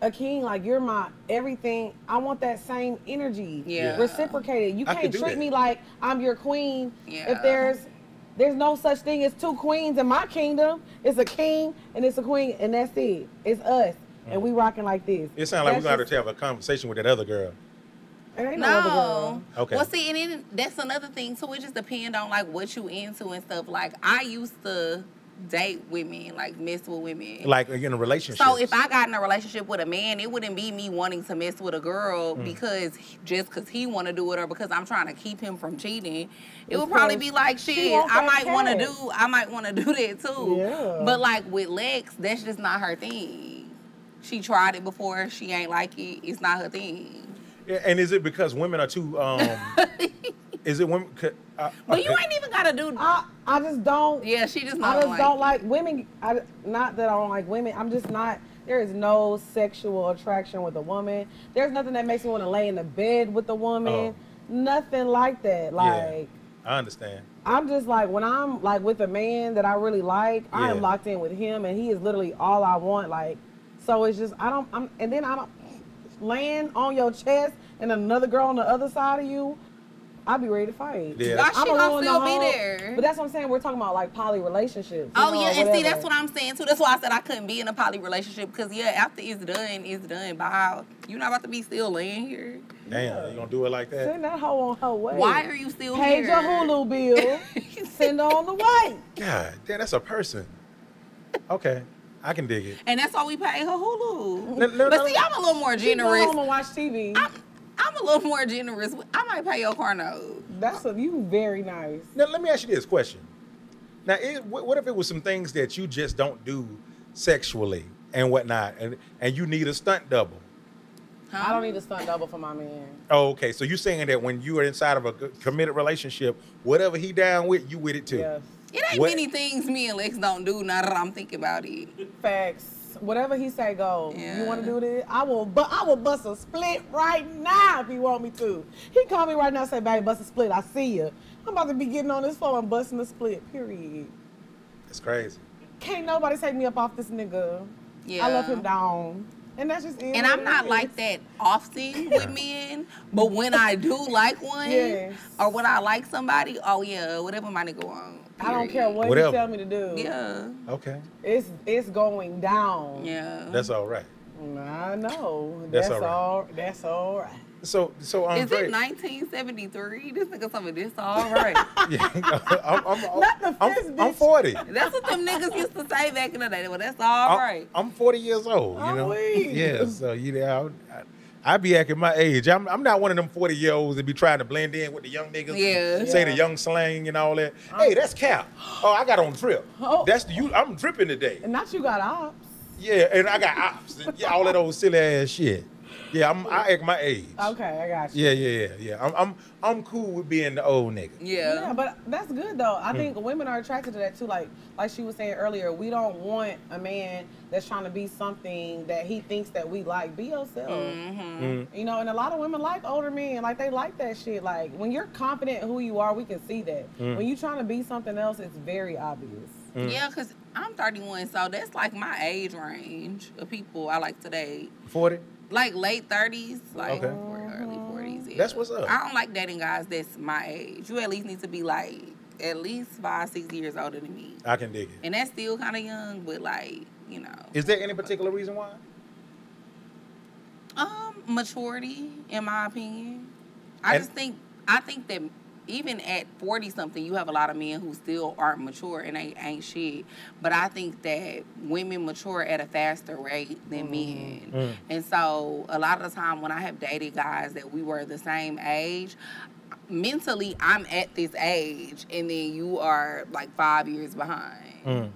[SPEAKER 2] a king, like you're my everything. I want that same energy.
[SPEAKER 3] Yeah.
[SPEAKER 2] Reciprocated. You
[SPEAKER 1] I could
[SPEAKER 2] can't
[SPEAKER 1] do
[SPEAKER 2] treat
[SPEAKER 1] that.
[SPEAKER 2] me like I'm your queen.
[SPEAKER 3] Yeah.
[SPEAKER 2] If there's there's no such thing as two queens in my kingdom. It's a king and it's a queen and that's it. It's us. And we rocking like this.
[SPEAKER 1] Mm. It sounds like we're
[SPEAKER 2] That's
[SPEAKER 1] gonna have
[SPEAKER 2] just-
[SPEAKER 1] to have a conversation with that other girl.
[SPEAKER 2] There ain't no, other
[SPEAKER 3] No.
[SPEAKER 2] girl.
[SPEAKER 1] Okay.
[SPEAKER 3] Well, see, and it, that's another thing too. It just depends on like what you into and stuff. Like I used to date women, like mess with women.
[SPEAKER 1] Like in a relationship.
[SPEAKER 3] So if I got in a relationship with a man, it wouldn't be me wanting to mess with a girl
[SPEAKER 2] Mm.
[SPEAKER 3] because he- just because he want to do it or because I'm trying to keep him from cheating. It would probably be like
[SPEAKER 2] she
[SPEAKER 3] shit.
[SPEAKER 2] wants
[SPEAKER 3] I
[SPEAKER 2] that
[SPEAKER 3] might want to
[SPEAKER 2] cash.
[SPEAKER 3] do. I might want to do that too.
[SPEAKER 2] Yeah.
[SPEAKER 3] But like with Lex, that's just not her thing. She tried it before. She ain't like it. It's not her thing.
[SPEAKER 1] Yeah, and is it because women are too? Um, is it women? c- Uh,
[SPEAKER 3] But you
[SPEAKER 1] okay.
[SPEAKER 3] ain't even gotta do.
[SPEAKER 2] I I just don't
[SPEAKER 3] Yeah, she just
[SPEAKER 2] I
[SPEAKER 3] not
[SPEAKER 2] just
[SPEAKER 3] like.
[SPEAKER 2] don't
[SPEAKER 3] it.
[SPEAKER 2] like women. I, not that I don't like women. I'm just not. There is no sexual attraction with a woman. There's nothing that makes me want to lay in the bed with a
[SPEAKER 1] Oh.
[SPEAKER 2] woman. Nothing like that. Like
[SPEAKER 1] I understand.
[SPEAKER 2] I'm just like when I'm like with a man that I really like, I am
[SPEAKER 1] Yeah.
[SPEAKER 2] locked in with him, and he is literally all I want. Like, so it's just I don't. I'm and then I don't land on your chest and another girl on the other side of you. I'd be ready to fight.
[SPEAKER 1] Yeah,
[SPEAKER 3] Why
[SPEAKER 1] that's-
[SPEAKER 3] she
[SPEAKER 2] I'ma
[SPEAKER 3] gonna
[SPEAKER 2] ruin the
[SPEAKER 3] still be
[SPEAKER 2] whole-
[SPEAKER 3] there?
[SPEAKER 2] But that's what I'm saying. We're talking about like poly relationships. you
[SPEAKER 3] Oh
[SPEAKER 2] know, or
[SPEAKER 3] yeah, and see
[SPEAKER 2] whatever.
[SPEAKER 3] that's what I'm saying too. That's why I said I couldn't be in a poly relationship because yeah, after it's done, it's done. Bye. You're not about to be still laying here.
[SPEAKER 1] Damn, you gonna do it like that?
[SPEAKER 2] Send that hoe on her way.
[SPEAKER 3] Why are you still
[SPEAKER 2] Pay
[SPEAKER 3] here?
[SPEAKER 2] your Hulu bill. send her on the way.
[SPEAKER 1] God, damn, that's a person. Okay, I can dig it.
[SPEAKER 3] And that's why we pay her Hulu.
[SPEAKER 1] No, no,
[SPEAKER 3] but
[SPEAKER 1] no.
[SPEAKER 3] see, I'm a little more
[SPEAKER 2] She go home
[SPEAKER 3] generous.
[SPEAKER 2] and watch TV.
[SPEAKER 3] I'm, I'm a little more generous. I might pay your car note.
[SPEAKER 2] That's a, you very nice.
[SPEAKER 1] Now let me ask you this question. Now, it, what, what if it was some things that you just don't do sexually and whatnot, and and you need a stunt double?
[SPEAKER 2] I don't need a stunt double for my man.
[SPEAKER 1] Oh, okay, so you saying that when you are inside of a g- committed relationship, whatever he down with, you with it too.
[SPEAKER 2] Yes.
[SPEAKER 3] It ain't
[SPEAKER 1] What-
[SPEAKER 3] many things me and Lex don't do now that I'm thinking about it.
[SPEAKER 2] Facts. Whatever he say go.
[SPEAKER 3] Yeah.
[SPEAKER 2] You want to do this? I will. But I will bust a split right now if you want me to. He call me right now and say, "Baby, bust a split. I see you. I'm about to be getting on this phone and busting a split. Period.
[SPEAKER 1] That's crazy.
[SPEAKER 2] Can't nobody take me up off this nigga. I love
[SPEAKER 3] Yeah.
[SPEAKER 2] him down. And that's just it.
[SPEAKER 3] And
[SPEAKER 2] what
[SPEAKER 3] I'm
[SPEAKER 2] it
[SPEAKER 3] not
[SPEAKER 2] is.
[SPEAKER 3] like that often with men, but when I do like one,
[SPEAKER 2] Yes.
[SPEAKER 3] or when I like somebody, oh yeah, whatever my nigga want.
[SPEAKER 2] I don't care
[SPEAKER 3] period.
[SPEAKER 2] what
[SPEAKER 1] Whatever.
[SPEAKER 2] you tell me to do.
[SPEAKER 3] Yeah,
[SPEAKER 1] Okay,
[SPEAKER 2] It's it's going down.
[SPEAKER 3] yeah.
[SPEAKER 1] that's all right.
[SPEAKER 2] I know.
[SPEAKER 1] That's all
[SPEAKER 2] That's,
[SPEAKER 1] right.
[SPEAKER 2] all, That's all right.
[SPEAKER 1] So, so um,
[SPEAKER 3] Is
[SPEAKER 1] Dre-
[SPEAKER 3] it 1973? This nigga something this all right.
[SPEAKER 1] Yeah, I'm, I'm,
[SPEAKER 2] Not the
[SPEAKER 1] I'm,
[SPEAKER 2] fist,
[SPEAKER 1] I'm
[SPEAKER 2] bitch.
[SPEAKER 1] 40.
[SPEAKER 3] that's what them niggas used to say back in the day. Well, that's all
[SPEAKER 1] I'm,
[SPEAKER 3] right.
[SPEAKER 1] I'm 40 years old, you
[SPEAKER 2] I'm
[SPEAKER 1] know?
[SPEAKER 2] weak.
[SPEAKER 1] Yeah, so, you know, I, I, I be acting my age. I'm, I'm not one of them 40 year olds that be trying to blend in with the young niggas. and
[SPEAKER 3] Yeah.
[SPEAKER 1] Say the
[SPEAKER 2] Yeah.
[SPEAKER 1] young slang and all that. Hey, that's Cap. Oh, I got on drip.
[SPEAKER 2] Oh.
[SPEAKER 1] That's the, you. I'm dripping today.
[SPEAKER 2] And not you got ops.
[SPEAKER 1] Yeah, and I got ops. and yeah, all that old silly ass shit. Yeah, I'm, I act my age.
[SPEAKER 2] Okay, I got you.
[SPEAKER 1] Yeah, yeah, yeah, yeah. I'm, I'm, I'm cool with being the old nigga.
[SPEAKER 3] Yeah.
[SPEAKER 2] but that's good though.
[SPEAKER 1] Hmm.
[SPEAKER 2] I think women are attracted to that too. Like like she was saying earlier, we don't want a man that's trying to be something that he thinks that we like. Be yourself.
[SPEAKER 1] Mm-hmm.
[SPEAKER 3] Mm-hmm.
[SPEAKER 2] You know, and a lot of women like older men. Like they like that shit. Like when you're confident in who you are, we can see that.
[SPEAKER 1] Hmm.
[SPEAKER 2] When you're trying to be something else, it's very obvious.
[SPEAKER 3] Yeah, because I'm 31, so that's like my age range of people I like to date.
[SPEAKER 1] 40?
[SPEAKER 3] Like late 30s, like
[SPEAKER 1] Okay. Mm-hmm.
[SPEAKER 3] or early 40s. it.
[SPEAKER 1] That's what's up.
[SPEAKER 3] I don't like dating guys that's my age. You at least need to be like at least five, six years older than me.
[SPEAKER 1] I can dig it.
[SPEAKER 3] And that's still kind of young, but like, you know.
[SPEAKER 1] Is there any particular reason why?
[SPEAKER 3] Um, maturity, in my opinion. I
[SPEAKER 1] And-
[SPEAKER 3] just think I think that even at forty something, you have a lot of men who still aren't mature and they ain't shit. But I think that women mature at a faster rate than men, and so a lot of the time when I have dated guys that we were the same age. Mentally, I'm at this age, and then you are like five years behind.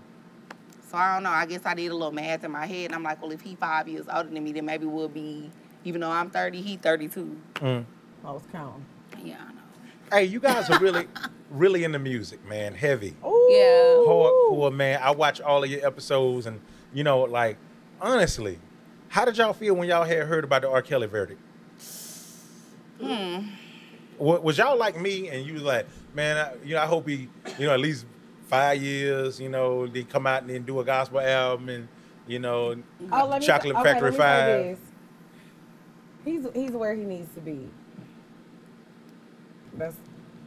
[SPEAKER 3] So I don't know. I guess I did a little math in my head, and I'm like, well, if he five years older than me, then maybe we'll be, even though I'm 30, he 32.
[SPEAKER 2] I was counting.
[SPEAKER 3] Yeah, I know.
[SPEAKER 1] Mm. Hey, you guys are really, really into music, man. Heavy.
[SPEAKER 2] Ooh.
[SPEAKER 3] Yeah.
[SPEAKER 1] hardcore man. I watch all of your episodes, and you know, like honestly, how did y'all feel when y'all had heard about the R. Kelly verdict? Hmm. Was y'all like me, and you was like, man, I, you know, I hope he, you know, at least five years, you know, they come out and then do a gospel album, and you know,
[SPEAKER 2] Oh, let me
[SPEAKER 1] Chocolate
[SPEAKER 2] okay,
[SPEAKER 1] Factory
[SPEAKER 2] let me say
[SPEAKER 1] Five.
[SPEAKER 2] this. He's he's where he needs to be. That's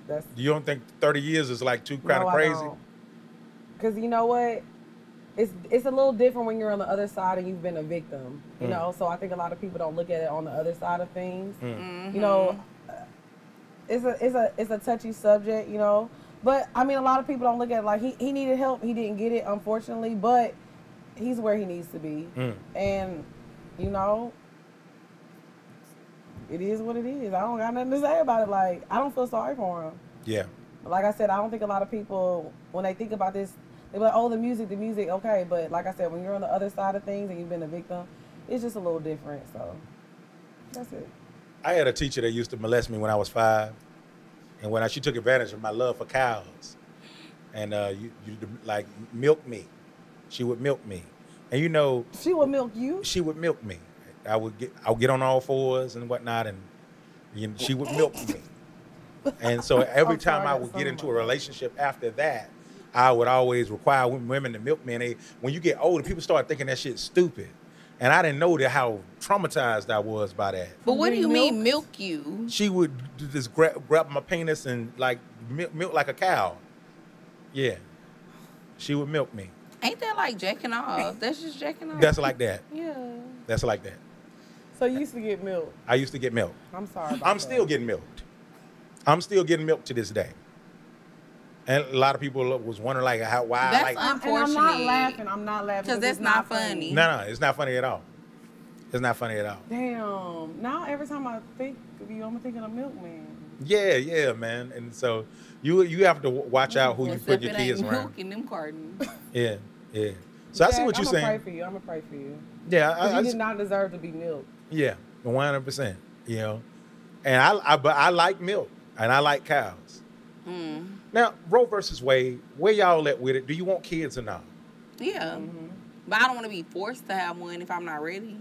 [SPEAKER 2] that's
[SPEAKER 1] you don't think thirty years is like too kind of crazy?
[SPEAKER 2] Because you know what, it's it's a little different when you're on the other side and you've been a victim. You know, so I think a lot of people don't look at it on the other side of things. You know, it's a it's a it's a touchy subject. You know, but I mean, a lot of people don't look at it like he he needed help, he didn't get it, unfortunately, but he's where he needs to be,
[SPEAKER 1] Mm.
[SPEAKER 2] and you know. It is what it is. I don't got nothing to say about it. Like I don't feel sorry for him
[SPEAKER 1] Yeah.
[SPEAKER 2] like I said, I don't think a lot of people when they think about this, they're like, "Oh, the music, the music, okay." But like I said, when you're on the other side of things and you've been a victim, it's just a little different. So that's it.
[SPEAKER 1] I had a teacher that used to molest me when I was five, and when I, she took advantage of my love for cows, and uh, you, you like milk me, she would milk me, and you know
[SPEAKER 2] She will milk you.
[SPEAKER 1] she would milk me. I would get I would get on all fours and whatnot, and you know, she would milk me. And so every
[SPEAKER 2] I'm sorry,
[SPEAKER 1] time I
[SPEAKER 2] I got
[SPEAKER 1] would
[SPEAKER 2] so
[SPEAKER 1] get into a
[SPEAKER 2] much.
[SPEAKER 1] relationship after that, I would always require wom- women to milk me. And they, when you get older, people start thinking that shit's stupid, and I didn't know that how traumatized I was by that
[SPEAKER 3] But what do you
[SPEAKER 2] Milk?
[SPEAKER 3] mean milk you?
[SPEAKER 1] she would d- just grab, grab my penis and like milk, milk like a cow. Yeah, she would milk me.
[SPEAKER 3] Ain't that like jacking off? That's just jacking off.
[SPEAKER 1] That's like that.
[SPEAKER 3] yeah.
[SPEAKER 1] That's like that.
[SPEAKER 2] So you used to get milk.
[SPEAKER 1] I used to get milked.
[SPEAKER 2] I'm sorry. About
[SPEAKER 1] I'm
[SPEAKER 2] that.
[SPEAKER 1] still getting milked. I'm still getting milked to this day. And a lot of people was wondering like how why I
[SPEAKER 3] That's
[SPEAKER 1] like
[SPEAKER 2] I'm, and I'm not
[SPEAKER 3] Unfortunately.
[SPEAKER 2] laughing. I'm not laughing
[SPEAKER 3] 'Cause
[SPEAKER 2] because
[SPEAKER 3] it's not funny.
[SPEAKER 1] no no it's not funny at all. It's not funny at all.
[SPEAKER 2] Damn. Now every time I think of you, I'm thinking of milkman.
[SPEAKER 1] Yeah yeah man. And so you you have to w- watch out who you
[SPEAKER 3] Except
[SPEAKER 1] put your
[SPEAKER 3] it ain't
[SPEAKER 1] kids around.
[SPEAKER 3] milk in them cartons.
[SPEAKER 1] Yeah yeah. So I see what
[SPEAKER 2] I'm
[SPEAKER 1] you're
[SPEAKER 2] I'm
[SPEAKER 1] saying.
[SPEAKER 2] gonna pray for you. I'm gonna pray for you.
[SPEAKER 1] Yeah,
[SPEAKER 2] 'Cause
[SPEAKER 1] I, I,
[SPEAKER 2] you did not deserve to be milked.
[SPEAKER 1] Yeah, one hundred percent. You know, and I, I, but I like milk and I like cows.
[SPEAKER 3] Hmm.
[SPEAKER 1] Now Roe versus Wade, where y'all at with it? Do you want kids or not?
[SPEAKER 3] Yeah. But I don't want to be forced to have one if I'm not ready.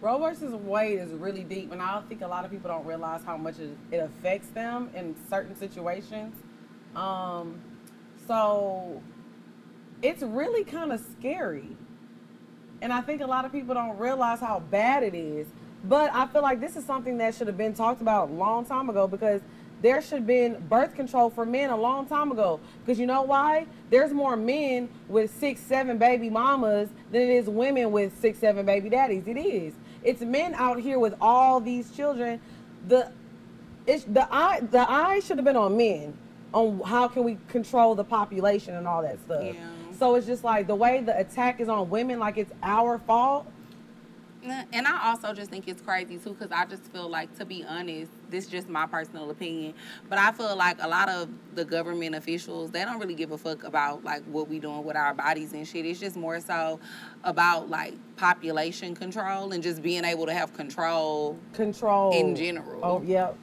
[SPEAKER 2] Roe versus Wade is really deep, and I think a lot of people don't realize how much it, it affects them in certain situations. Um, so it's really kind of scary, and I think a lot of people don't realize how bad it is. But I feel like this is something that should have been talked about a long time ago because there should have been birth control for men a long time ago. Because you know why? There's more men with six, seven baby mamas than it is women with six, seven baby daddies. It is. It's men out here with all these children. The it's the eye the eye should have been on men on how can we control the population and all that stuff.
[SPEAKER 3] Yeah.
[SPEAKER 2] So it's just like the way the attack is on women, like it's our fault.
[SPEAKER 3] Nah, And I also just think it's crazy too, because I just feel like, to be honest, this is just my personal opinion, but I feel like a lot of the government officials they don't really give a fuck about like what we doing with our bodies and shit. It's just more so about like population control and just being able to have control.
[SPEAKER 2] Control
[SPEAKER 3] In general.
[SPEAKER 2] Oh yep.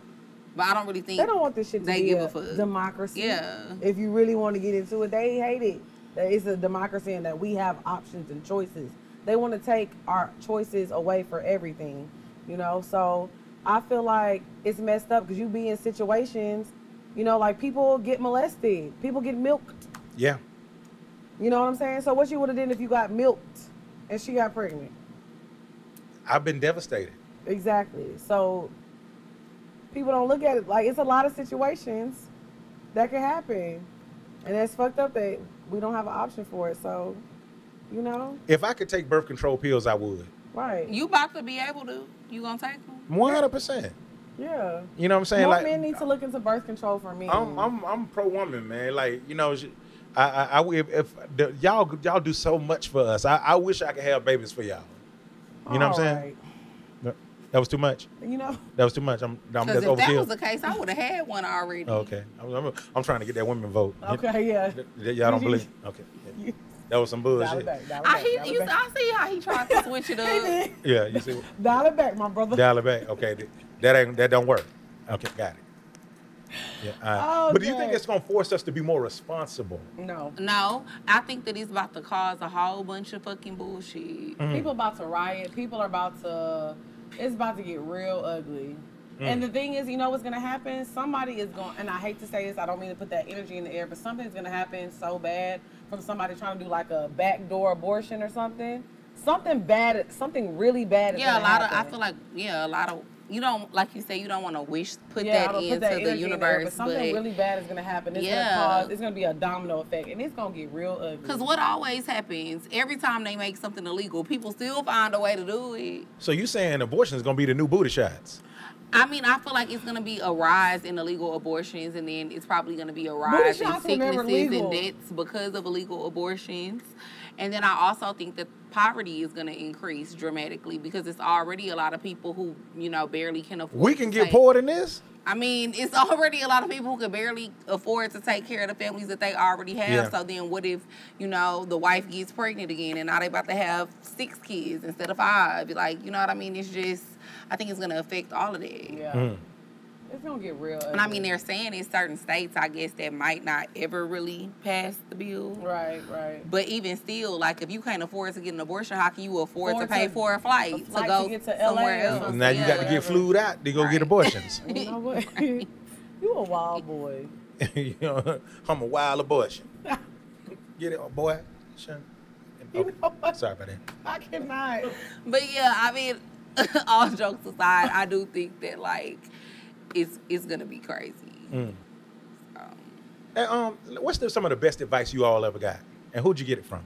[SPEAKER 3] But I don't really think
[SPEAKER 2] They don't want this shit to
[SPEAKER 3] they
[SPEAKER 2] be
[SPEAKER 3] give
[SPEAKER 2] a
[SPEAKER 3] a fuck.
[SPEAKER 2] democracy.
[SPEAKER 3] Yeah.
[SPEAKER 2] If you really want to get into it, they hate it. That it's a democracy and that we have options and choices. They want to take our choices away for everything, you know. So I feel like it's messed up because you be in situations, you know, like people get molested, people get milked.
[SPEAKER 1] Yeah,
[SPEAKER 2] You know what I'm saying? So what you would have done if you got milked and she got pregnant?
[SPEAKER 1] I've been devastated.
[SPEAKER 2] Exactly. So people don't look at it. Like it's a lot of situations that could happen, and it's fucked up that we don't have an option for it. So, you know,
[SPEAKER 1] If I could take birth control pills, I would.
[SPEAKER 2] right?
[SPEAKER 3] You about to be able to. You gonna take them?
[SPEAKER 1] One hundred percent.
[SPEAKER 2] yeah.
[SPEAKER 1] You know what I'm saying?
[SPEAKER 2] More
[SPEAKER 1] like
[SPEAKER 2] men need to look into birth control for me.
[SPEAKER 1] I'm I'm I'm pro woman, man. Like you know, she- I I, I if, if the, y'all y'all do so much for us, I, I wish I could have babies for y'all. You know what I'm saying? No, That was too much.
[SPEAKER 2] saying? You know,
[SPEAKER 1] That was too much. I'm, I'm
[SPEAKER 3] Because
[SPEAKER 1] that's
[SPEAKER 3] if that
[SPEAKER 1] overkill.
[SPEAKER 3] was the case, I would have had one already.
[SPEAKER 1] Oh, okay, I'm, I'm, I'm trying to get that women vote.
[SPEAKER 2] okay, yeah.
[SPEAKER 1] Y- y- y'all don't believe? Okay,
[SPEAKER 2] You-
[SPEAKER 1] that was some
[SPEAKER 2] Dial it
[SPEAKER 1] bullshit.
[SPEAKER 2] back. Dial it
[SPEAKER 3] I,
[SPEAKER 2] back.
[SPEAKER 3] he,
[SPEAKER 2] dial it
[SPEAKER 3] you,
[SPEAKER 2] back.
[SPEAKER 3] I see how he tried to switch it up.
[SPEAKER 1] Yeah, you see,
[SPEAKER 2] Dial it back, my brother.
[SPEAKER 1] dial it back. Okay, th- that ain't that don't work. Okay, got it. Yeah, all right. But do you think
[SPEAKER 2] Okay.
[SPEAKER 1] it's gonna force us to be more responsible?
[SPEAKER 2] no.
[SPEAKER 3] no, I think that he's about to cause a whole bunch of fucking bullshit.
[SPEAKER 2] People about to riot. People are about to. It's about to get real ugly. And the thing is, you know what's gonna happen? Somebody is going, and I hate to say this, I don't mean to put that energy in the air, but something's gonna happen so bad from somebody trying to do like a backdoor abortion or something. Something bad, something really bad. Is
[SPEAKER 3] Yeah, a
[SPEAKER 2] gonna
[SPEAKER 3] lot
[SPEAKER 2] happen.
[SPEAKER 3] of. I feel like yeah, a lot of. You don't like you say you don't want to wish put
[SPEAKER 2] yeah, I
[SPEAKER 3] that
[SPEAKER 2] don't
[SPEAKER 3] into
[SPEAKER 2] put that energy
[SPEAKER 3] the
[SPEAKER 2] in air, but
[SPEAKER 3] universe,
[SPEAKER 2] something really bad is gonna happen. It's
[SPEAKER 3] Yeah.
[SPEAKER 2] gonna cause. It's gonna be a domino effect, and it's gonna get real ugly.
[SPEAKER 3] Because what always happens, every time they make something illegal, people still find a way to do it.
[SPEAKER 1] So you saying abortion is gonna be the new booty shots?
[SPEAKER 3] I mean, I feel like it's going to be a rise in illegal abortions, and then it's probably going to be a rise in
[SPEAKER 2] shots were never
[SPEAKER 3] sicknesses and
[SPEAKER 2] legal.
[SPEAKER 3] deaths because of illegal abortions. And then I also think that poverty is going to increase dramatically because it's already a lot of people who, you know, barely can afford
[SPEAKER 1] We
[SPEAKER 3] to
[SPEAKER 1] can get
[SPEAKER 3] take-
[SPEAKER 1] poor than this.
[SPEAKER 3] I mean, it's already a lot of people who can barely afford to take care of the families that they already have.
[SPEAKER 1] Yeah.
[SPEAKER 3] So then, what if you know the wife gets pregnant again, and now they about to have six kids instead of five? Like, you know what I mean? It's just, I think it's gonna affect all of that.
[SPEAKER 2] Yeah. It's gonna get real. Ugly.
[SPEAKER 3] And I mean, they're saying in certain states, I guess, that might not ever really pass the bill.
[SPEAKER 2] right, right.
[SPEAKER 3] But even still, like, if you can't afford to get an abortion, how can you afford
[SPEAKER 2] Or
[SPEAKER 3] to pay
[SPEAKER 2] to-
[SPEAKER 3] for a flight,
[SPEAKER 2] a flight
[SPEAKER 3] to
[SPEAKER 2] to
[SPEAKER 3] go
[SPEAKER 2] get to LA
[SPEAKER 3] somewhere
[SPEAKER 2] or
[SPEAKER 3] else?
[SPEAKER 2] something.
[SPEAKER 1] Now you got to
[SPEAKER 3] Yeah.
[SPEAKER 1] get flued out to go
[SPEAKER 3] Right.
[SPEAKER 1] get abortions.
[SPEAKER 2] You know what? you a wild boy.
[SPEAKER 1] you know, I'm a wild abortion. Get it, oh, boy. Shun.
[SPEAKER 2] You know what?
[SPEAKER 1] Sorry about that.
[SPEAKER 2] I cannot.
[SPEAKER 3] But yeah, I mean, all jokes aside, I do think that like it's it's gonna be crazy.
[SPEAKER 1] Mm.
[SPEAKER 3] Um,
[SPEAKER 1] Hey, um, what's the, some of the best advice you all ever got, and who'd you get it from?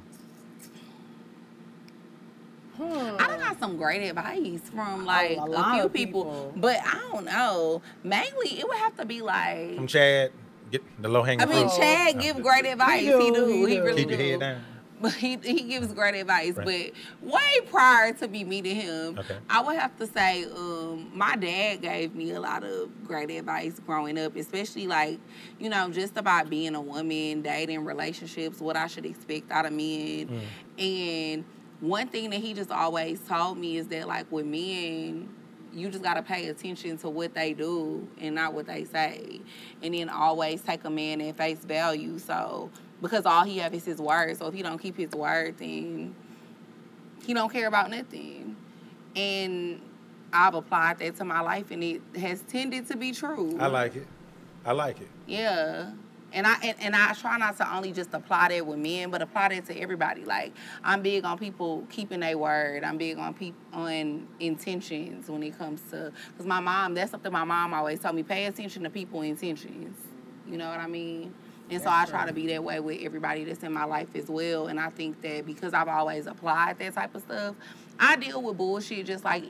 [SPEAKER 3] I done got some great advice from like
[SPEAKER 2] Oh, a
[SPEAKER 3] a,
[SPEAKER 2] lot
[SPEAKER 3] few
[SPEAKER 2] of
[SPEAKER 3] people,
[SPEAKER 2] people.
[SPEAKER 3] but I don't know. Mainly, it would have to be like
[SPEAKER 1] From Chad, get the low hanging
[SPEAKER 3] I mean,
[SPEAKER 1] fruit.
[SPEAKER 3] Chad
[SPEAKER 1] Oh.
[SPEAKER 3] give great advice. He do. He,
[SPEAKER 2] do, he do.
[SPEAKER 3] really
[SPEAKER 1] Keep
[SPEAKER 3] do.
[SPEAKER 1] your head down.
[SPEAKER 3] But he, he gives great advice.
[SPEAKER 1] Right.
[SPEAKER 3] But way prior to me meeting him,
[SPEAKER 1] Okay.
[SPEAKER 3] I would have to say um, my dad gave me a lot of great advice growing up, especially like, you know, just about being a woman, dating, relationships, what I should expect out of men. And one thing that he just always told me is that, like, with men, you just gotta pay attention to what they do and not what they say. And then always take a man at face value. So because all he have is his word. So if he don't keep his word, then he don't care about nothing. And I've applied that to my life and it has tended to be true.
[SPEAKER 1] I like it. I like it.
[SPEAKER 3] Yeah. And I and, and I try not to only just apply that with men, but apply that to everybody. Like I'm big on people keeping their word. I'm big on people on intentions when it comes to because my mom. That's something my mom always told me: pay attention to people intentions. You know what I mean? And so I try to be that way with everybody that's in my life as well. And I think that because I've always applied that type of stuff, I deal with bullshit just like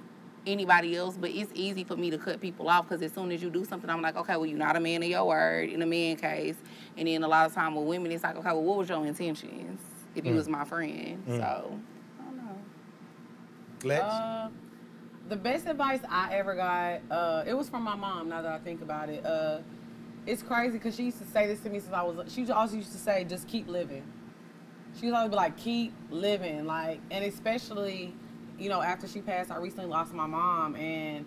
[SPEAKER 3] anybody else, but it's easy for me to cut people off because as soon as you do something, I'm like, okay, well, you're not a man of your word in a man case. And then a lot of time with women, it's like, okay, well, what was your intentions if
[SPEAKER 1] Mm.
[SPEAKER 3] you was my friend? So, I don't know.
[SPEAKER 1] Lex?
[SPEAKER 2] Uh, the best advice I ever got, uh, it was from my mom. Now that I think about it, uh, it's crazy because she used to say this to me since I was. She also used to say, "Just keep living." She was always be like, "Keep living," like, and especially, you know, after she passed, I recently lost my mom, and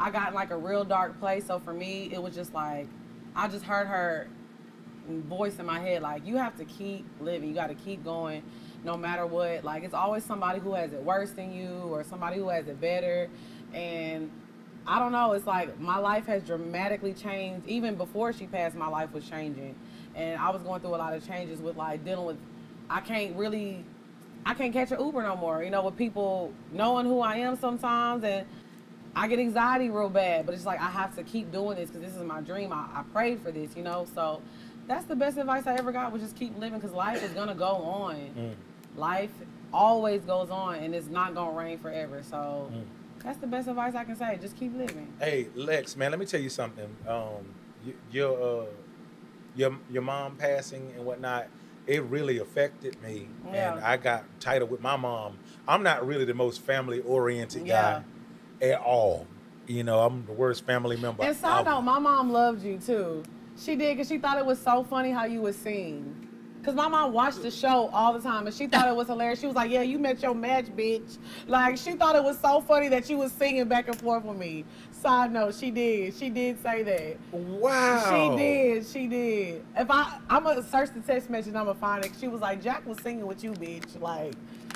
[SPEAKER 2] I got in like a real dark place. So for me, it was just like, I just heard her voice in my head like you have to keep living you got to keep going no matter what like it's always somebody who has it worse than you or somebody who has it better and i don't know it's like my life has dramatically changed even before she passed my life was changing and i was going through a lot of changes with like dealing with i can't really i can't catch an uber no more you know with people knowing who i am sometimes and I get anxiety real bad, but it's like I have to keep doing this because this is my dream. I, I prayed for this, you know. So that's the best advice I ever got was just keep living because life is gonna go on. Life always goes on, and it's not gonna rain forever. So that's the best advice I can say. Just keep living.
[SPEAKER 1] Hey, Lex, man, let me tell you something. Um, y- your uh, your your mom passing and whatnot, it really affected me,
[SPEAKER 2] Yeah.
[SPEAKER 1] and I got tighter with my mom. I'm not really the most family oriented
[SPEAKER 2] Yeah.
[SPEAKER 1] guy at all. You know, I'm the worst family member.
[SPEAKER 2] and side
[SPEAKER 1] out.
[SPEAKER 2] note, my mom loved you too. She did because she thought it was so funny how you was seen. Cause my mom watched the show all the time, and she thought it was hilarious. She was like, "Yeah, you met your match, bitch." Like she thought it was so funny that you was singing back and forth with me. Side note, she did. She did say that.
[SPEAKER 1] wow,
[SPEAKER 2] She did. She did. If I, I'm gonna search the text message, and I'm gonna find it. She was like, "Jack was singing with you, bitch." Like,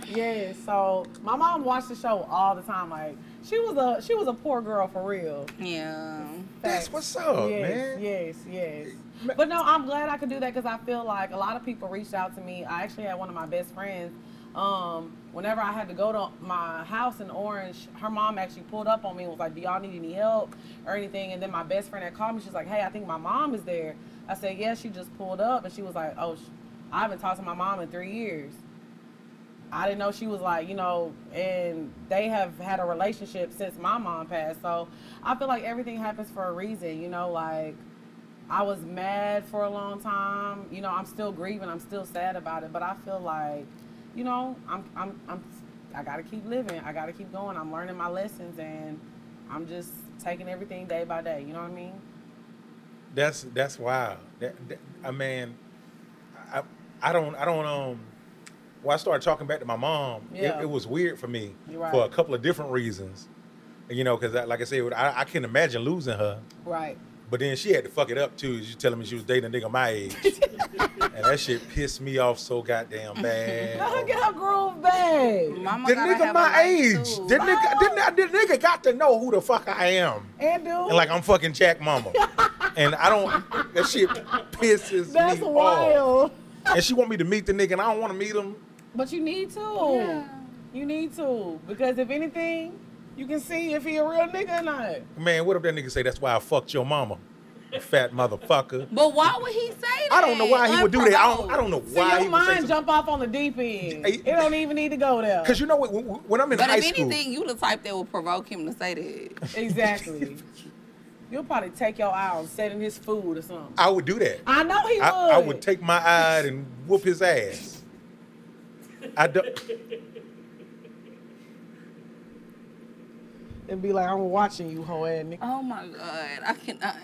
[SPEAKER 2] yeah. So my mom watched the show all the time. Like, she was a she was a poor girl for real.
[SPEAKER 3] Yeah.
[SPEAKER 1] That's
[SPEAKER 2] Facts.
[SPEAKER 1] what's up,
[SPEAKER 2] yes,
[SPEAKER 1] man.
[SPEAKER 2] Yes, yes. But no, I'm glad I could do that because I feel like a lot of people reached out to me. I actually had one of my best friends. Um, whenever I had to go to my house in Orange, her mom actually pulled up on me and was like, "Do y'all need any help or anything?" And then my best friend had called me. She's like, "Hey, I think my mom is there." I said, "Yeah." She just pulled up and she was like, "Oh, sh- I haven't talked to my mom in three years." I didn't know she was like, you know, and they have had a relationship since my mom passed. So I feel like everything happens for a reason, you know, like I was mad for a long time. You know, I'm still grieving, I'm still sad about it, but I feel like, you know, I'm I'm I'm I gotta keep living. I gotta keep going. I'm learning my lessons and I'm just taking everything day by day, you know what I mean?
[SPEAKER 1] That's that's wild. That, that- I mean, I I don't I don't um. When I started talking back to my mom, it-
[SPEAKER 2] Yeah.
[SPEAKER 1] it, was weird for me
[SPEAKER 2] You're right.
[SPEAKER 1] for a couple of different reasons. You know, because I, like I said, I, I can imagine losing her,
[SPEAKER 2] Right.
[SPEAKER 1] but then she had to fuck it up too. She telling me she was dating a nigga my age, and that shit pissed me off so goddamn bad.
[SPEAKER 2] Get her groove back.
[SPEAKER 3] Mama
[SPEAKER 1] the
[SPEAKER 3] gotta
[SPEAKER 1] nigga
[SPEAKER 3] have a
[SPEAKER 1] my
[SPEAKER 3] life,
[SPEAKER 1] age,
[SPEAKER 3] too.
[SPEAKER 1] the nigga, the, nigga- the nigga got to know who the fuck I am,
[SPEAKER 2] And dude.
[SPEAKER 1] and like I'm fucking Jack Mama, and I don't. That shit pisses
[SPEAKER 2] that's
[SPEAKER 1] me off.
[SPEAKER 2] wild.
[SPEAKER 1] and she want me to meet the nigga, and I don't want to meet him.
[SPEAKER 2] But you need to.
[SPEAKER 3] Yeah.
[SPEAKER 2] You need to because if anything, you can see if he a real nigga or not.
[SPEAKER 1] Man, what if that nigga say that's why I fucked your mama, you fat motherfucker?
[SPEAKER 3] But why would he say that?
[SPEAKER 1] I don't know why he would do that. I don't, I don't know
[SPEAKER 2] See,
[SPEAKER 1] why
[SPEAKER 2] your
[SPEAKER 1] he would say
[SPEAKER 2] mind
[SPEAKER 1] something.
[SPEAKER 2] jump off on the deep end.
[SPEAKER 1] Hey.
[SPEAKER 2] It don't even need to go there.
[SPEAKER 1] Cause you know what? When, when I'm in
[SPEAKER 3] But
[SPEAKER 1] high
[SPEAKER 3] if
[SPEAKER 1] school,
[SPEAKER 3] anything, you the type that would provoke him to say that.
[SPEAKER 2] Exactly. You'll probably take your eye and set in his food or something. I,
[SPEAKER 1] I would do that.
[SPEAKER 2] know he
[SPEAKER 1] I,
[SPEAKER 2] would.
[SPEAKER 1] I would take my eye and whoop his ass. I don't.
[SPEAKER 2] and be like, "I'm watching you, hoe ass nigga.
[SPEAKER 3] Oh my god, I cannot.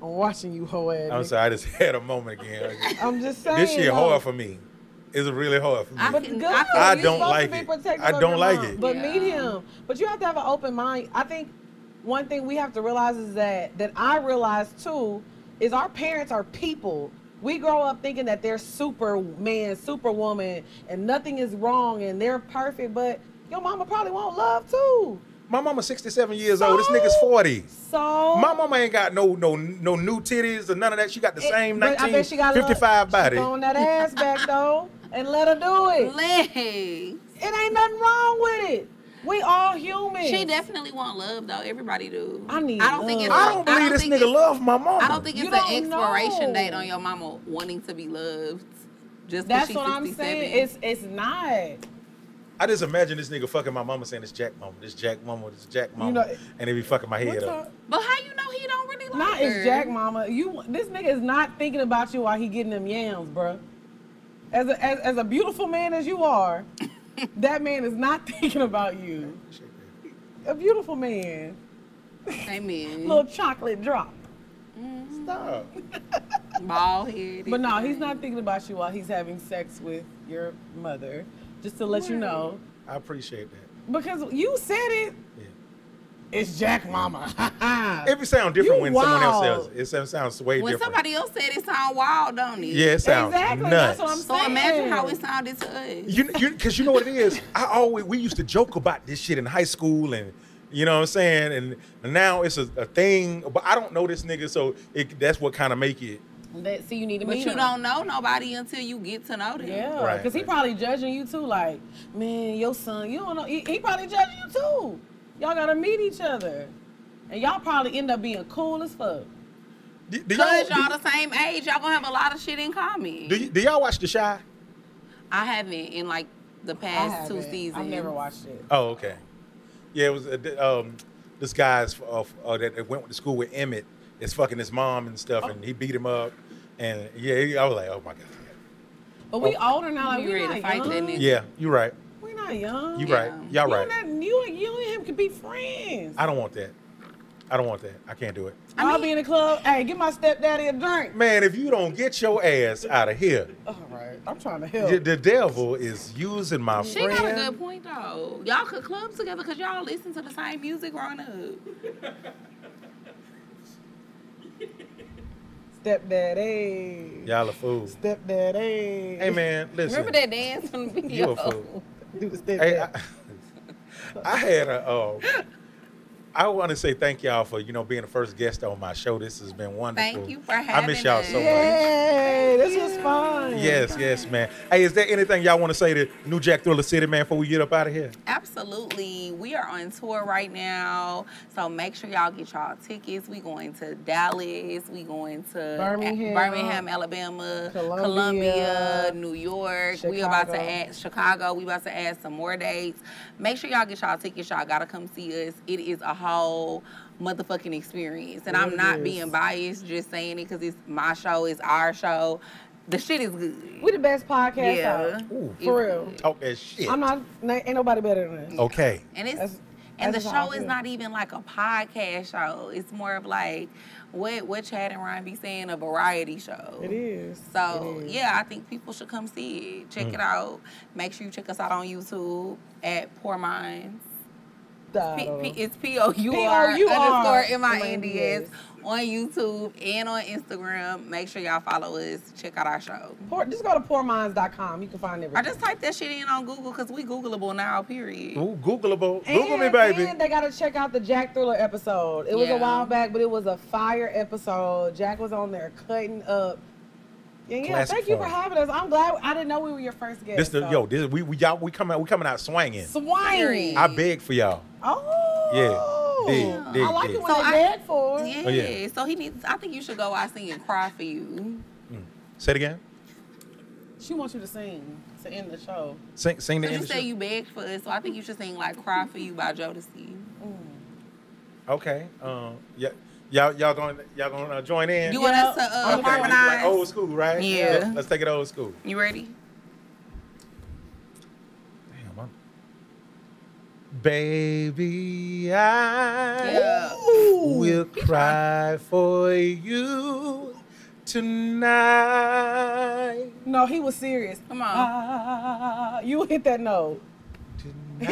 [SPEAKER 2] I'm watching you, hoe ass
[SPEAKER 1] I'm
[SPEAKER 2] nigga."
[SPEAKER 1] sorry. I just had a moment again.
[SPEAKER 2] I'm just saying.
[SPEAKER 1] This shit
[SPEAKER 2] though.
[SPEAKER 1] hard for me. It's really hard for me.
[SPEAKER 3] I-
[SPEAKER 2] But
[SPEAKER 3] can-
[SPEAKER 2] good.
[SPEAKER 1] I
[SPEAKER 2] You're
[SPEAKER 1] don't
[SPEAKER 2] supposed
[SPEAKER 1] like
[SPEAKER 2] to be
[SPEAKER 1] it.
[SPEAKER 2] protective
[SPEAKER 1] I
[SPEAKER 2] of
[SPEAKER 1] don't
[SPEAKER 2] your
[SPEAKER 1] like
[SPEAKER 2] mom.
[SPEAKER 1] it.
[SPEAKER 2] But
[SPEAKER 3] Yeah.
[SPEAKER 2] meet him. But you have to have an open mind. I think one thing we have to realize is that that I realize too is our parents are people. We grow up thinking that they're Superman, Superwoman, and nothing is wrong and they're perfect. But your mama probably won't love too.
[SPEAKER 1] my mama's 67 years old. This
[SPEAKER 2] So-
[SPEAKER 1] nigga's 40.
[SPEAKER 2] So
[SPEAKER 1] My mama ain't got no no no new titties or none of that. She got the
[SPEAKER 2] It-
[SPEAKER 1] same
[SPEAKER 2] but I bet she got
[SPEAKER 1] 1955
[SPEAKER 2] love.
[SPEAKER 1] body.
[SPEAKER 2] She throwing that ass back though, and let her do it.
[SPEAKER 3] Legs.
[SPEAKER 2] It ain't nothing wrong with it. We all human.
[SPEAKER 3] She definitely want love though. Everybody do.
[SPEAKER 2] I need
[SPEAKER 3] I don't think
[SPEAKER 2] love.
[SPEAKER 3] it's.
[SPEAKER 1] I don't believe this
[SPEAKER 3] think
[SPEAKER 1] nigga
[SPEAKER 3] it's-
[SPEAKER 1] love my mama.
[SPEAKER 3] I don't think
[SPEAKER 2] You
[SPEAKER 3] it's
[SPEAKER 2] don't
[SPEAKER 3] an expiration
[SPEAKER 2] know.
[SPEAKER 3] date on your mama wanting to be loved. Just 'cause
[SPEAKER 2] That's
[SPEAKER 3] she's
[SPEAKER 2] what I'm
[SPEAKER 3] 67.
[SPEAKER 2] saying. It's it's not.
[SPEAKER 1] I just imagine this nigga fucking my mama saying it's Jack mama, this Jack mama, this Jack mama,
[SPEAKER 2] know-
[SPEAKER 1] and they be fucking my head up.
[SPEAKER 3] But how you know he don't really like
[SPEAKER 2] Not
[SPEAKER 3] her?
[SPEAKER 2] it's Jack Mama. You this nigga is not thinking about you while he getting them yams, bruh. As a as, as a beautiful man as you are, that man is not thinking about you. A beautiful man.
[SPEAKER 3] Amen.
[SPEAKER 2] Little chocolate drop.
[SPEAKER 1] Stop.
[SPEAKER 3] Bald head.
[SPEAKER 2] But no, he's not thinking about you while he's having sex with your mother. Just to let you know.
[SPEAKER 1] I appreciate that.
[SPEAKER 2] Because you said it.
[SPEAKER 1] Yeah.
[SPEAKER 2] It's Jack Mama.
[SPEAKER 1] It be sound different
[SPEAKER 2] You
[SPEAKER 1] when someone else
[SPEAKER 2] wild.
[SPEAKER 1] says it. It sound- sounds way
[SPEAKER 3] When
[SPEAKER 1] different.
[SPEAKER 3] somebody else said it sound wild, don't it?
[SPEAKER 1] yeah, it sounds
[SPEAKER 2] Exactly,
[SPEAKER 1] nuts.
[SPEAKER 2] that's what I'm
[SPEAKER 3] So imagine how it sounded to us.
[SPEAKER 1] You, you, cause you know what it is. I always we used to joke about this shit in high school, and you know what I'm saying. And now it's a, a thing. But I don't know this nigga, so it, that's what kind of make it.
[SPEAKER 2] That, see, you need to
[SPEAKER 3] But
[SPEAKER 2] meet
[SPEAKER 3] you
[SPEAKER 2] him.
[SPEAKER 3] don't know nobody until you get to know them.
[SPEAKER 2] Yeah,
[SPEAKER 1] Right,
[SPEAKER 2] because he
[SPEAKER 1] right.
[SPEAKER 2] probably judging you too. Like, man, your son, you don't know. He, he probably judging you too. Y'all gotta meet each other, and y'all probably end up being cool as fuck.
[SPEAKER 1] Do, do
[SPEAKER 3] Cause
[SPEAKER 1] y'all,
[SPEAKER 3] y'all the same age, y'all gonna have a lot of shit in common.
[SPEAKER 1] do, do, do y'all watch The Shy?
[SPEAKER 3] I haven't in like the
[SPEAKER 2] I
[SPEAKER 3] past two
[SPEAKER 2] haven't.
[SPEAKER 3] seasons.
[SPEAKER 2] I've never watched it.
[SPEAKER 1] Oh, okay. Yeah, it was uh, th- um, this guy's uh, f- uh, that that went to school with Emmett is fucking his mom and stuff, and he beat him up, and yeah, he- I was like, oh my god. Oh.
[SPEAKER 2] But we older now. Like
[SPEAKER 3] You
[SPEAKER 2] we
[SPEAKER 3] ready
[SPEAKER 2] not
[SPEAKER 3] to fight that
[SPEAKER 2] young.
[SPEAKER 3] nigga?
[SPEAKER 1] Yeah, you're right.
[SPEAKER 2] We not young.
[SPEAKER 1] You
[SPEAKER 3] Yeah.
[SPEAKER 1] right. Y'all
[SPEAKER 2] You
[SPEAKER 1] right.
[SPEAKER 2] and that- you and you and him could be friends.
[SPEAKER 1] I don't want that. I don't want that. I can't do it.
[SPEAKER 2] I will be in the club. Hey, get my stepdaddy a drink.
[SPEAKER 1] Man, if you don't get your ass out of here,
[SPEAKER 2] All right, I'm trying to
[SPEAKER 1] the,
[SPEAKER 2] help.
[SPEAKER 1] the devil is using my
[SPEAKER 3] She
[SPEAKER 1] friend.
[SPEAKER 3] got a good point though. Y'all could club together because y'all listen to the same music growing up.
[SPEAKER 2] Stepdaddy.
[SPEAKER 1] Y'all a fool.
[SPEAKER 2] Stepdaddy.
[SPEAKER 1] Hey man, listen.
[SPEAKER 3] Remember that dance from the
[SPEAKER 1] You
[SPEAKER 3] video?
[SPEAKER 1] a fool.
[SPEAKER 2] Do the stepdaddy.
[SPEAKER 1] Hey, I, I had a. Um, I want to say thank y'all for you know being the first guest on my show. This has been wonderful.
[SPEAKER 3] Thank you for
[SPEAKER 1] I miss
[SPEAKER 3] having
[SPEAKER 1] y'all
[SPEAKER 3] us.
[SPEAKER 1] so much.
[SPEAKER 2] Yay, this was fun.
[SPEAKER 1] Yes, yes, man. Hey, is there anything y'all want to say to New Jack Thriller City, man, before we get up out of here?
[SPEAKER 3] Absolutely. We are on tour right now. So make sure y'all get y'all tickets. We going to Dallas. We going to
[SPEAKER 2] Birmingham.
[SPEAKER 3] Birmingham, Alabama,
[SPEAKER 2] Columbia.
[SPEAKER 3] Columbia, New York. We about to
[SPEAKER 2] Chicago.
[SPEAKER 3] add Chicago. We about to add some more dates. Make sure y'all get y'all tickets. Y'all gotta come see us. It is a whole motherfucking experience. And I'm
[SPEAKER 2] It
[SPEAKER 3] not
[SPEAKER 2] is.
[SPEAKER 3] being biased, just saying it because it's my show, it's our show. The shit is good.
[SPEAKER 2] We the best podcast
[SPEAKER 3] yeah.
[SPEAKER 2] out.
[SPEAKER 1] Ooh.
[SPEAKER 3] It's
[SPEAKER 2] For real.
[SPEAKER 3] good.
[SPEAKER 1] Talk that shit.
[SPEAKER 2] I'm not, ain't nobody better than us.
[SPEAKER 1] okay.
[SPEAKER 3] And it's
[SPEAKER 2] That's-
[SPEAKER 3] and
[SPEAKER 2] that's
[SPEAKER 3] the
[SPEAKER 2] just how I
[SPEAKER 3] show is
[SPEAKER 2] feel.
[SPEAKER 3] not even like a podcast show. It's more of like what what Chad and Ryan be saying a variety show.
[SPEAKER 2] It is.
[SPEAKER 3] So
[SPEAKER 2] It is.
[SPEAKER 3] yeah, I think people should come see it. Check it out. Make sure you check us out on YouTube at Poor Minds.
[SPEAKER 2] Duh.
[SPEAKER 3] P- P- it's P O U
[SPEAKER 2] P-O-U-R
[SPEAKER 3] R underscore M I N D S
[SPEAKER 2] M-I-N-D-S.
[SPEAKER 3] on YouTube and on Instagram. Make sure y'all follow us. Check out our show.
[SPEAKER 2] Poor- just go to poorminds.com. You can find everything.
[SPEAKER 3] I just typed that shit in on Google because we Googleable now. Period.
[SPEAKER 1] Ooh, Googleable.
[SPEAKER 2] And,
[SPEAKER 1] Google me, baby.
[SPEAKER 2] and they gotta check out the Jack Thriller episode. It was
[SPEAKER 3] Yeah.
[SPEAKER 2] a while back, but it was a fire episode. Jack was on there cutting up. Yeah, yeah.
[SPEAKER 1] Classic
[SPEAKER 2] thank you for
[SPEAKER 1] form.
[SPEAKER 2] having us. I'm glad. I didn't know we were your first guest.
[SPEAKER 1] This the
[SPEAKER 2] so.
[SPEAKER 1] yo. This we we y'all we coming out. We coming out swinging.
[SPEAKER 2] swine.
[SPEAKER 1] I beg for y'all.
[SPEAKER 2] Oh,
[SPEAKER 1] Yeah. Dig, dig,
[SPEAKER 2] I like
[SPEAKER 1] dig.
[SPEAKER 2] it when
[SPEAKER 3] So
[SPEAKER 2] they
[SPEAKER 3] I-
[SPEAKER 2] dead for. us.
[SPEAKER 3] Yeah.
[SPEAKER 1] Oh, yeah.
[SPEAKER 3] So he needs. I think you should go out singing "Cry for You."
[SPEAKER 1] Say it again.
[SPEAKER 2] She wants you to sing to end the show.
[SPEAKER 1] Sing, sing the end.
[SPEAKER 3] So you
[SPEAKER 1] of the
[SPEAKER 3] say
[SPEAKER 1] show.
[SPEAKER 3] you begged for it, so I think you should sing like "Cry for You" by Jodeci.
[SPEAKER 1] Okay. Um. Yeah. Y'all, y'all going, y'all going to join in?
[SPEAKER 3] You want us to
[SPEAKER 2] Yeah.
[SPEAKER 3] uh,
[SPEAKER 2] Okay.
[SPEAKER 1] like
[SPEAKER 3] harmonize?
[SPEAKER 1] old school, right?
[SPEAKER 3] Yeah.
[SPEAKER 1] Let's, let's take it old school.
[SPEAKER 3] you ready?
[SPEAKER 1] Damn, I'm. Baby, I
[SPEAKER 3] Yeah.
[SPEAKER 1] will cry for you tonight.
[SPEAKER 2] No, he was serious.
[SPEAKER 3] Come on.
[SPEAKER 2] Ah, you hit that note.
[SPEAKER 1] Tonight.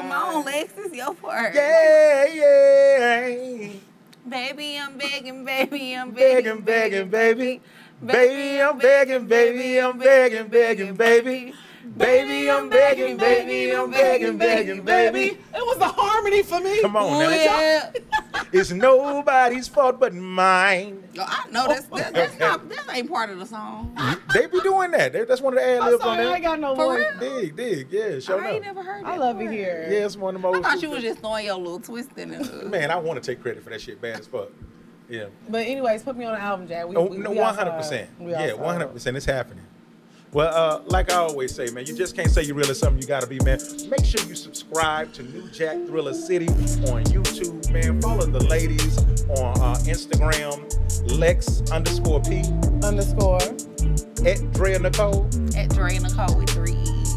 [SPEAKER 3] Come on, Lex, it's your part.
[SPEAKER 1] Yeah, yeah.
[SPEAKER 3] Baby, I'm begging, baby, I'm
[SPEAKER 1] Begging,
[SPEAKER 3] begging,
[SPEAKER 1] begging, baby. Baby, I'm begging, baby, I'm begging, begging, baby. Baby, I'm begging, baby, I'm begging, begging, baby.
[SPEAKER 2] It was the harmony for me.
[SPEAKER 1] Come on now.
[SPEAKER 3] Yeah.
[SPEAKER 1] It's nobody's fault but mine.
[SPEAKER 3] Yo, I know that's that, that's not that ain't part of the song.
[SPEAKER 1] They be doing that. They- That's one of the ad
[SPEAKER 2] I'm
[SPEAKER 1] libs on
[SPEAKER 2] sorry, I
[SPEAKER 1] there.
[SPEAKER 2] ain't got no
[SPEAKER 3] For
[SPEAKER 2] voice.
[SPEAKER 3] real?
[SPEAKER 1] Dig, dig, yeah,
[SPEAKER 3] I
[SPEAKER 1] sure
[SPEAKER 3] ain't
[SPEAKER 1] enough.
[SPEAKER 3] never heard.
[SPEAKER 2] I
[SPEAKER 3] that
[SPEAKER 2] love it
[SPEAKER 3] part.
[SPEAKER 2] here.
[SPEAKER 1] Yeah, it's one of the
[SPEAKER 3] I
[SPEAKER 1] most.
[SPEAKER 3] thought you was just throwing your little twist in it.
[SPEAKER 1] Man, I want to take credit for that shit bad as fuck. Yeah.
[SPEAKER 2] But anyways, put me on the album, Jack. We,
[SPEAKER 1] No,
[SPEAKER 2] we-
[SPEAKER 1] Oh, no,
[SPEAKER 2] we
[SPEAKER 1] one hundred percent.
[SPEAKER 2] outside. We
[SPEAKER 1] Yeah,
[SPEAKER 2] outside.
[SPEAKER 1] one hundred percent. It's happening. Well, uh, like I always say, man, you just can't say you're real or something. You gotta be, man. Make sure you subscribe to New Jack Thriller City on YouTube, man. Follow the ladies on uh, Instagram, Lex underscore P
[SPEAKER 2] Underscore.
[SPEAKER 1] at Drea Nicole.
[SPEAKER 3] At Dre Nicole with three E's.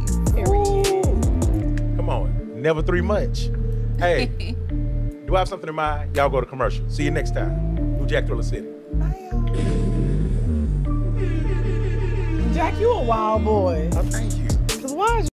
[SPEAKER 1] Come on, never three much. Hey, do I have something in mind? Y'all go to commercial. See you next time. New Jack Thriller City.
[SPEAKER 2] Jack, you a wild boy.
[SPEAKER 1] I thank you.
[SPEAKER 2] Cause why is